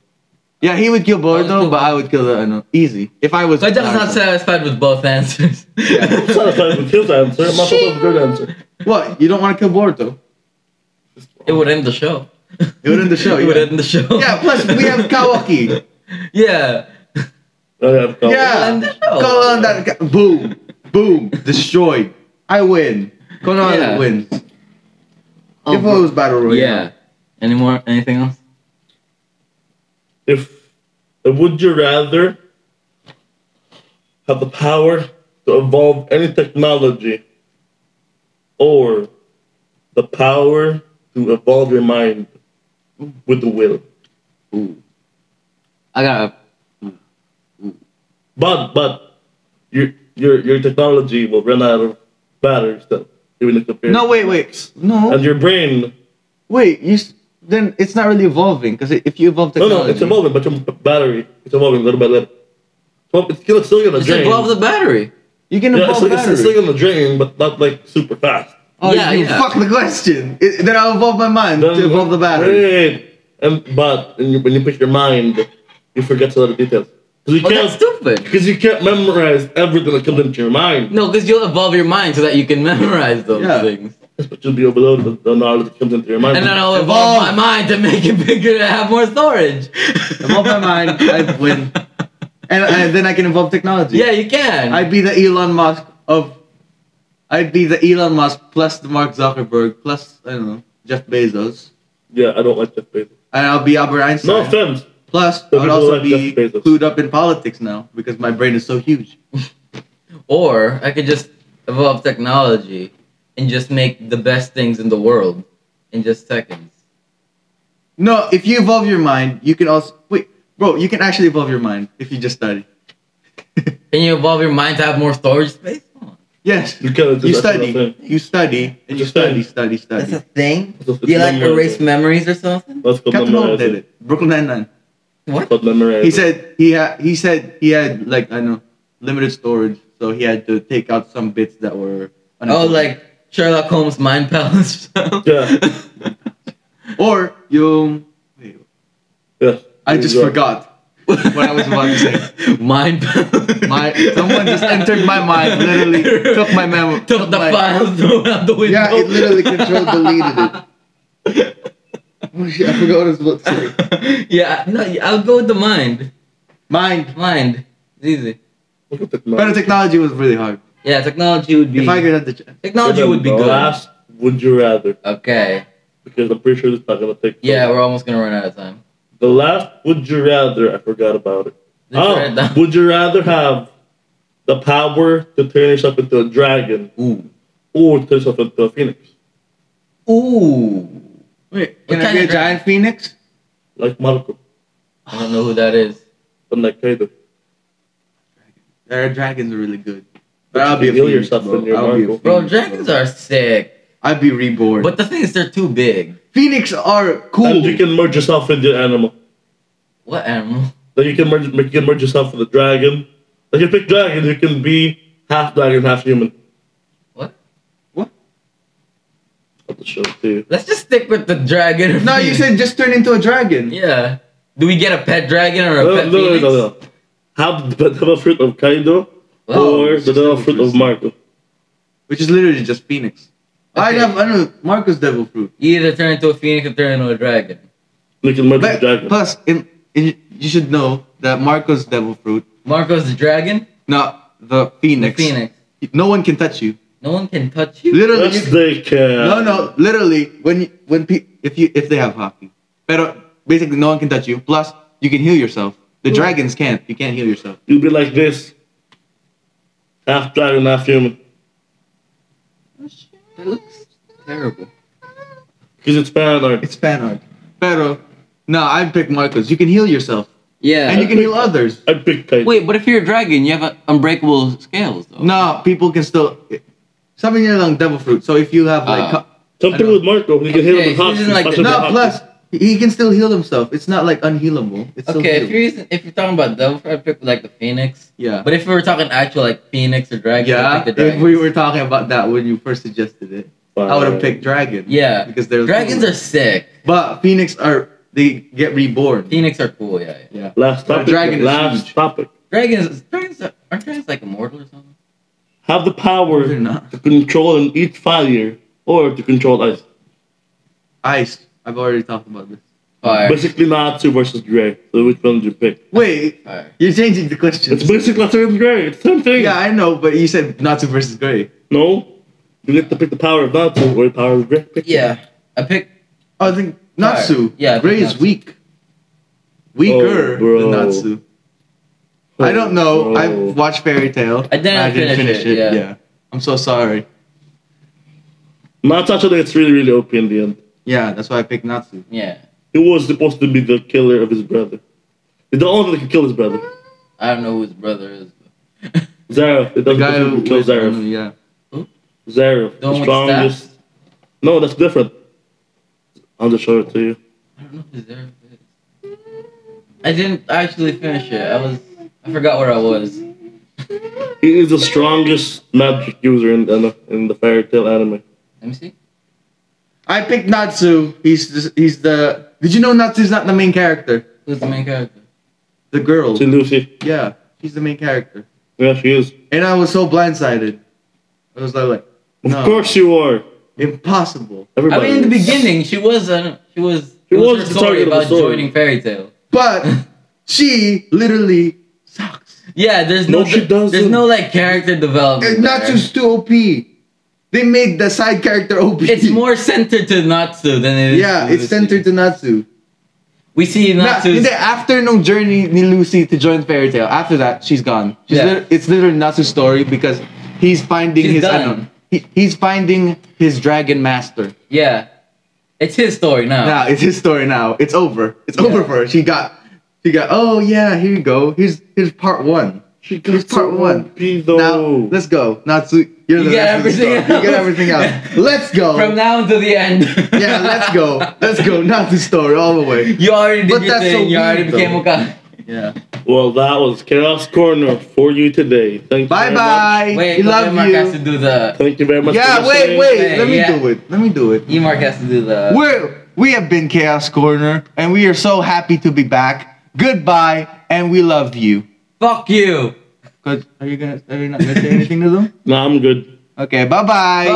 Speaker 1: Yeah, he would kill Boruto,
Speaker 2: kill
Speaker 1: but I would kill the Ano. Easy. If I was.
Speaker 2: So Jeff's not
Speaker 1: Naruto.
Speaker 2: satisfied with both answers.
Speaker 1: Yeah.
Speaker 3: I'm satisfied with his answer. I'm not satisfied with your answer.
Speaker 1: What? You don't want to kill Boruto?
Speaker 2: <laughs> <laughs> it would end the show.
Speaker 1: It would end the show,
Speaker 2: <laughs> it would
Speaker 1: yeah.
Speaker 2: end the show.
Speaker 1: Yeah. Plus, we
Speaker 2: <laughs>
Speaker 1: have Kawaki.
Speaker 2: Yeah.
Speaker 3: I have Kage.
Speaker 1: yeah.
Speaker 2: end the show.
Speaker 1: Call on that. guy. Boom. Boom. Destroyed. I win. Konoha
Speaker 2: Yeah.
Speaker 1: wins.
Speaker 2: Oh,
Speaker 1: if it was battle royale.
Speaker 2: yeah. Any more? Anything else?
Speaker 3: If would you rather have the power to evolve any technology or the power to evolve your mind with the will?
Speaker 2: I got.
Speaker 3: But but your your your technology will run out of batteries though. Even if the
Speaker 1: No, wait, wait. No.
Speaker 3: And your brain
Speaker 1: Wait. You. s- Then it's not really evolving because if you evolve
Speaker 3: no
Speaker 1: technology.
Speaker 3: no it's evolving, but your battery it's evolving little by little. Well, it's still, it's still gonna
Speaker 2: It's
Speaker 3: drain.
Speaker 2: above the battery.
Speaker 1: You can
Speaker 3: yeah,
Speaker 1: evolve
Speaker 3: it's, it's,
Speaker 1: battery.
Speaker 3: it's still gonna drain, but not like super fast.
Speaker 1: Oh,
Speaker 2: Yeah,
Speaker 1: you
Speaker 2: yeah.
Speaker 1: fuck the question. It, then I'll evolve my mind to evolve the battery.
Speaker 3: Wait. And, but when you, when you put your mind, you forget a lot of details. Because you,
Speaker 2: Oh, that's
Speaker 3: can't
Speaker 2: stupid.
Speaker 3: because you can't memorize everything that comes into your mind.
Speaker 2: No, because you'll evolve your mind so that you can <laughs> memorize those
Speaker 1: Yeah.
Speaker 2: things.
Speaker 3: But you'll be overloaded with the knowledge that comes into your mind.
Speaker 2: And then I'll
Speaker 1: Evolve.
Speaker 2: evolve my mind to make it <laughs> bigger to have more
Speaker 3: <laughs>
Speaker 2: storage.
Speaker 1: Evolve my mind, I win. And, and then I can evolve technology.
Speaker 2: Yeah, you can.
Speaker 1: I'd be the Elon Musk of. I'd be the Elon Musk plus the Mark Zuckerberg plus I don't know Jeff Bezos,
Speaker 3: yeah, I don't like Jeff Bezos.
Speaker 1: and I'll be Albert
Speaker 3: No
Speaker 1: Einstein.
Speaker 3: offense.
Speaker 1: plus, I
Speaker 3: So
Speaker 1: would
Speaker 3: people
Speaker 1: also
Speaker 3: like
Speaker 1: be
Speaker 3: Jeff Bezos.
Speaker 1: clued up in politics now because my brain is so huge.
Speaker 2: Or I could just evolve technology and just make the best things in the world in just seconds.
Speaker 1: No, if you evolve your mind, you can also wait, bro. You can actually evolve your mind if you just study.
Speaker 2: Can you evolve your mind to have more storage space? Come on.
Speaker 1: Yes,
Speaker 3: You can't do
Speaker 1: you
Speaker 3: that sort of
Speaker 1: study,
Speaker 3: thing.
Speaker 1: you study, and you
Speaker 3: Just study.
Speaker 1: study, study,
Speaker 2: That's
Speaker 1: study.
Speaker 2: a thing?
Speaker 3: It's just-
Speaker 2: Do you
Speaker 3: it's
Speaker 2: like
Speaker 3: memorizing.
Speaker 2: erase memories or something?
Speaker 3: That's called
Speaker 1: Captain Holt did
Speaker 3: memorizing.
Speaker 1: it. Brooklyn Nine Nine.
Speaker 3: It's
Speaker 2: What?
Speaker 3: called memorizing.
Speaker 1: He said he had he said he had like I know limited storage, so he had to take out some bits that were
Speaker 2: Oh, like Sherlock Holmes' mind palace. <laughs>
Speaker 3: Yeah.
Speaker 1: or you. Wait,
Speaker 3: Yeah.
Speaker 1: I
Speaker 3: There
Speaker 1: just
Speaker 3: you go.
Speaker 1: forgot what I was about to say.
Speaker 2: <laughs> Mind palace.
Speaker 1: My someone just entered my mind, literally took my memo,
Speaker 2: <laughs> Took the
Speaker 1: my-
Speaker 2: file, threw it out the window.
Speaker 1: Yeah, it literally control deleted <laughs> it. Oh shit, I forgot what I was about to say.
Speaker 2: <laughs> yeah, no, I'll go with the mind.
Speaker 1: Mind,
Speaker 2: Mind. It's easy.
Speaker 3: Look at
Speaker 1: better
Speaker 3: technology.
Speaker 1: technology was really hard.
Speaker 2: Yeah, technology would be.
Speaker 1: If I could have the chance,
Speaker 2: technology would be
Speaker 3: The
Speaker 2: good.
Speaker 3: Last, would you rather?
Speaker 2: Okay.
Speaker 3: Because I'm pretty sure it's not gonna take.
Speaker 2: Yeah,
Speaker 3: long.
Speaker 2: we're almost gonna run out of time.
Speaker 3: The last would you rather? I forgot about it.
Speaker 2: Let's write it
Speaker 3: oh,
Speaker 2: down.
Speaker 3: would you rather have the power to turn yourself into a dragon
Speaker 2: Ooh.
Speaker 3: or turn yourself into a phoenix?
Speaker 2: Ooh.
Speaker 1: Wait,
Speaker 2: What
Speaker 1: can I
Speaker 2: kind
Speaker 1: be a
Speaker 2: of dragon?
Speaker 1: giant phoenix?
Speaker 3: Like Marco,
Speaker 2: I don't know who that is.
Speaker 3: but like Kaido.
Speaker 1: Their dragons are really good.
Speaker 3: But
Speaker 1: But I'll be a
Speaker 3: you heal
Speaker 1: phoenix,
Speaker 3: yourself
Speaker 1: bro.
Speaker 3: when you're
Speaker 1: I'll be a phoenix,
Speaker 3: Marco.
Speaker 2: Bro, dragons are sick.
Speaker 1: I'd be reborn.
Speaker 2: But the thing is, they're too big.
Speaker 1: phoenix are cool.
Speaker 3: And you can merge yourself into an animal.
Speaker 2: What animal?
Speaker 3: Then you can merge, you can merge yourself with a dragon. Like you pick dragon, you can be half dragon, half human.
Speaker 2: What?
Speaker 3: At the show too.
Speaker 2: Let's just stick with the dragon. or
Speaker 1: no, you
Speaker 2: <laughs> phoenix.
Speaker 1: said just turn into a dragon.
Speaker 2: Yeah. Do we get a pet dragon or a
Speaker 3: No, no,
Speaker 2: pet
Speaker 3: no,
Speaker 2: phoenix?
Speaker 3: no, no. Have the devil fruit of Kaido
Speaker 1: Oh,
Speaker 2: Wow.
Speaker 3: or the devil fruit of Marco.
Speaker 1: Which is literally just phoenix. I'd
Speaker 2: Okay.
Speaker 1: have I know Marco's devil fruit.
Speaker 2: Either turn into a phoenix or turn into a dragon.
Speaker 3: You can merge
Speaker 1: But
Speaker 3: with dragon.
Speaker 1: plus, in, in, you should know that Marco's devil fruit,
Speaker 2: Marco's the dragon.
Speaker 1: not the
Speaker 2: The
Speaker 1: phoenix.
Speaker 2: phoenix.
Speaker 1: No one can touch you.
Speaker 2: No one can touch you.
Speaker 1: Literally, you
Speaker 3: Yes, they can.
Speaker 1: No, no. Literally, when you- when pe- if you if they have hockey, but basically no one can touch you. Plus, you can heal yourself. The dragons can't. You can't heal yourself.
Speaker 3: You'll be like this. Half dragon, half human.
Speaker 2: That looks terrible.
Speaker 3: Because it's fan art.
Speaker 1: It's fan art. Pero, no, I pick Marcos. You can heal yourself,
Speaker 2: Yeah.
Speaker 1: and you can heal others.
Speaker 3: I picked Kaido.
Speaker 2: Wait, but if you're a dragon, you have uh, unbreakable scales, though.
Speaker 1: No, people can still. Sabi niya lang devil fruit. So if you have like,
Speaker 2: Ah.
Speaker 3: Something with Marco, you can hit
Speaker 2: Okay,
Speaker 3: him with hot.
Speaker 2: he's in like
Speaker 1: co- no, plus he can still heal himself. It's not like unhealable. It's still
Speaker 2: Okay, if
Speaker 1: healable.
Speaker 2: you're using- if you're talking about devil, I pick like the phoenix.
Speaker 1: yeah.
Speaker 2: But if we were talking actual like phoenix or dragon, I
Speaker 1: yeah,
Speaker 2: pick the
Speaker 1: if
Speaker 2: dragon.
Speaker 1: we were talking about that when you first suggested it, I would have picked dragon.
Speaker 2: Yeah.
Speaker 1: because they're
Speaker 2: dragons are sick.
Speaker 1: But Phoenix are they get reborn.
Speaker 2: Phoenix are cool. Yeah.
Speaker 1: Yeah.
Speaker 2: yeah.
Speaker 3: Last
Speaker 1: But
Speaker 3: topic.
Speaker 1: dragon is
Speaker 3: last
Speaker 1: huge.
Speaker 3: topic.
Speaker 2: Dragons. Dragons are, aren't dragons like immortal or something?
Speaker 3: Have the power
Speaker 1: They're not.
Speaker 3: to control and eat fire or to control ice.
Speaker 1: Ice. I've already talked about this.
Speaker 2: Fire.
Speaker 3: Basically, Natsu versus Gray. So which one do you pick?
Speaker 1: Wait,
Speaker 2: Fire.
Speaker 1: you're changing the question.
Speaker 3: It's basically Natsu and Gray. It's the same thing.
Speaker 1: Yeah, I know, but you said Natsu versus Gray.
Speaker 3: No, you get to pick the power of Natsu or the power of Gray. Pick
Speaker 2: Yeah. I pick.
Speaker 1: Oh, I think Natsu.
Speaker 2: Fire. Yeah, I think
Speaker 1: Gray is
Speaker 2: Natsu.
Speaker 1: weak. Weaker
Speaker 3: Oh, bro.
Speaker 1: than Natsu.
Speaker 3: one.
Speaker 1: I don't know. I
Speaker 3: Oh.
Speaker 1: watched Fairy Tail.
Speaker 2: I didn't finish it, yeah.
Speaker 1: I'm so sorry.
Speaker 3: Natsu actually gets really, really OP in the end.
Speaker 1: Yeah, that's why I picked Natsu.
Speaker 2: Yeah.
Speaker 3: He was supposed to be the killer of his brother. He's the only one that can kill his brother.
Speaker 2: I don't know who his brother is. But
Speaker 3: Zareth. It
Speaker 1: The
Speaker 3: doesn't
Speaker 1: guy who
Speaker 3: who kill Zareth.
Speaker 1: Yeah.
Speaker 3: Zareth,
Speaker 2: The one
Speaker 3: the
Speaker 2: with the
Speaker 3: strongest.
Speaker 2: staff?
Speaker 3: No, that's different. I'll just show it to you.
Speaker 2: I don't know who Zareth is. I didn't actually finish it. I was. I forgot where I was.
Speaker 3: He is the strongest magic user in the, in the fairy tale anime.
Speaker 2: Let me see.
Speaker 1: I picked Natsu. He's just, he's the. Did you know Natsu's not the main character?
Speaker 2: Who's the main character?
Speaker 1: The girl.
Speaker 3: See Lucy?
Speaker 1: Yeah, she's the main character.
Speaker 3: Yeah, she is.
Speaker 1: And I was so blindsided. I was like, like
Speaker 3: Of
Speaker 1: no,
Speaker 3: course you are.
Speaker 1: impossible.
Speaker 2: I
Speaker 3: Everybody.
Speaker 2: mean, in the
Speaker 3: is.
Speaker 2: beginning, she was an. She was.
Speaker 3: She
Speaker 2: it
Speaker 3: was
Speaker 2: her
Speaker 3: the target
Speaker 2: story
Speaker 3: of the
Speaker 2: about
Speaker 3: story.
Speaker 2: joining fairy tale. <laughs>
Speaker 1: But she literally sucks.
Speaker 2: Yeah, there's no.
Speaker 3: No, she
Speaker 2: There's
Speaker 3: doesn't.
Speaker 2: no like character development.
Speaker 1: And
Speaker 2: there.
Speaker 1: Natsu's too OP. They made the side character OP.
Speaker 2: It's more centered to Natsu than it is.
Speaker 1: <laughs> Yeah,
Speaker 2: to
Speaker 1: it's
Speaker 2: Lucy.
Speaker 1: centered to Natsu.
Speaker 2: We see
Speaker 1: Na- in
Speaker 2: Natsu's.
Speaker 1: the after no journey ni Lucy to join Fairy Tail. After that, she's gone. She's
Speaker 2: Yeah.
Speaker 1: lit- it's literally Natsu's story because he's finding
Speaker 2: She's
Speaker 1: his I
Speaker 2: done.
Speaker 1: don't know, he, he's finding his dragon master.
Speaker 2: yeah, it's his story now.
Speaker 1: Now it's his story. Now it's over. It's
Speaker 2: Oh. Yeah.
Speaker 1: over for her. She got, she got. Oh yeah, here you go. Here's here's part one.
Speaker 3: She
Speaker 1: Here's
Speaker 3: got
Speaker 1: part
Speaker 3: part
Speaker 1: one.
Speaker 3: one. though.
Speaker 1: Now let's go. Natsu, you're
Speaker 2: You
Speaker 1: the
Speaker 2: get
Speaker 1: rest of the
Speaker 2: everything
Speaker 1: story. You get
Speaker 2: else.
Speaker 1: everything else.
Speaker 2: <laughs>
Speaker 1: Let's go.
Speaker 2: From now until the end.
Speaker 1: yeah, let's go. Let's go. Natsu story all the way.
Speaker 2: You already did
Speaker 1: But
Speaker 2: your
Speaker 1: that's so
Speaker 2: thing. you already
Speaker 1: weird,
Speaker 2: became
Speaker 1: though.
Speaker 2: a guy.
Speaker 1: Yeah.
Speaker 3: well, that was Chaos Corner for you today. Thank you.
Speaker 1: Bye
Speaker 3: very
Speaker 1: bye.
Speaker 2: Wait,
Speaker 1: We love
Speaker 2: Mark has to
Speaker 1: you.
Speaker 2: do
Speaker 3: much.
Speaker 2: the.
Speaker 3: Thank you very much.
Speaker 1: Yeah.
Speaker 3: for
Speaker 1: Wait.
Speaker 3: listening.
Speaker 1: Wait. Let me
Speaker 2: Yeah.
Speaker 1: do it. Let me do it.
Speaker 2: E Mark has to do the.
Speaker 1: We're we have been Chaos Corner, and we are so happy to be back. Goodbye, and we love you.
Speaker 2: Fuck you. <laughs>
Speaker 1: Cause are you gonna are you not gonna say anything to them?
Speaker 3: No, I'm good.
Speaker 1: Okay. Bye bye.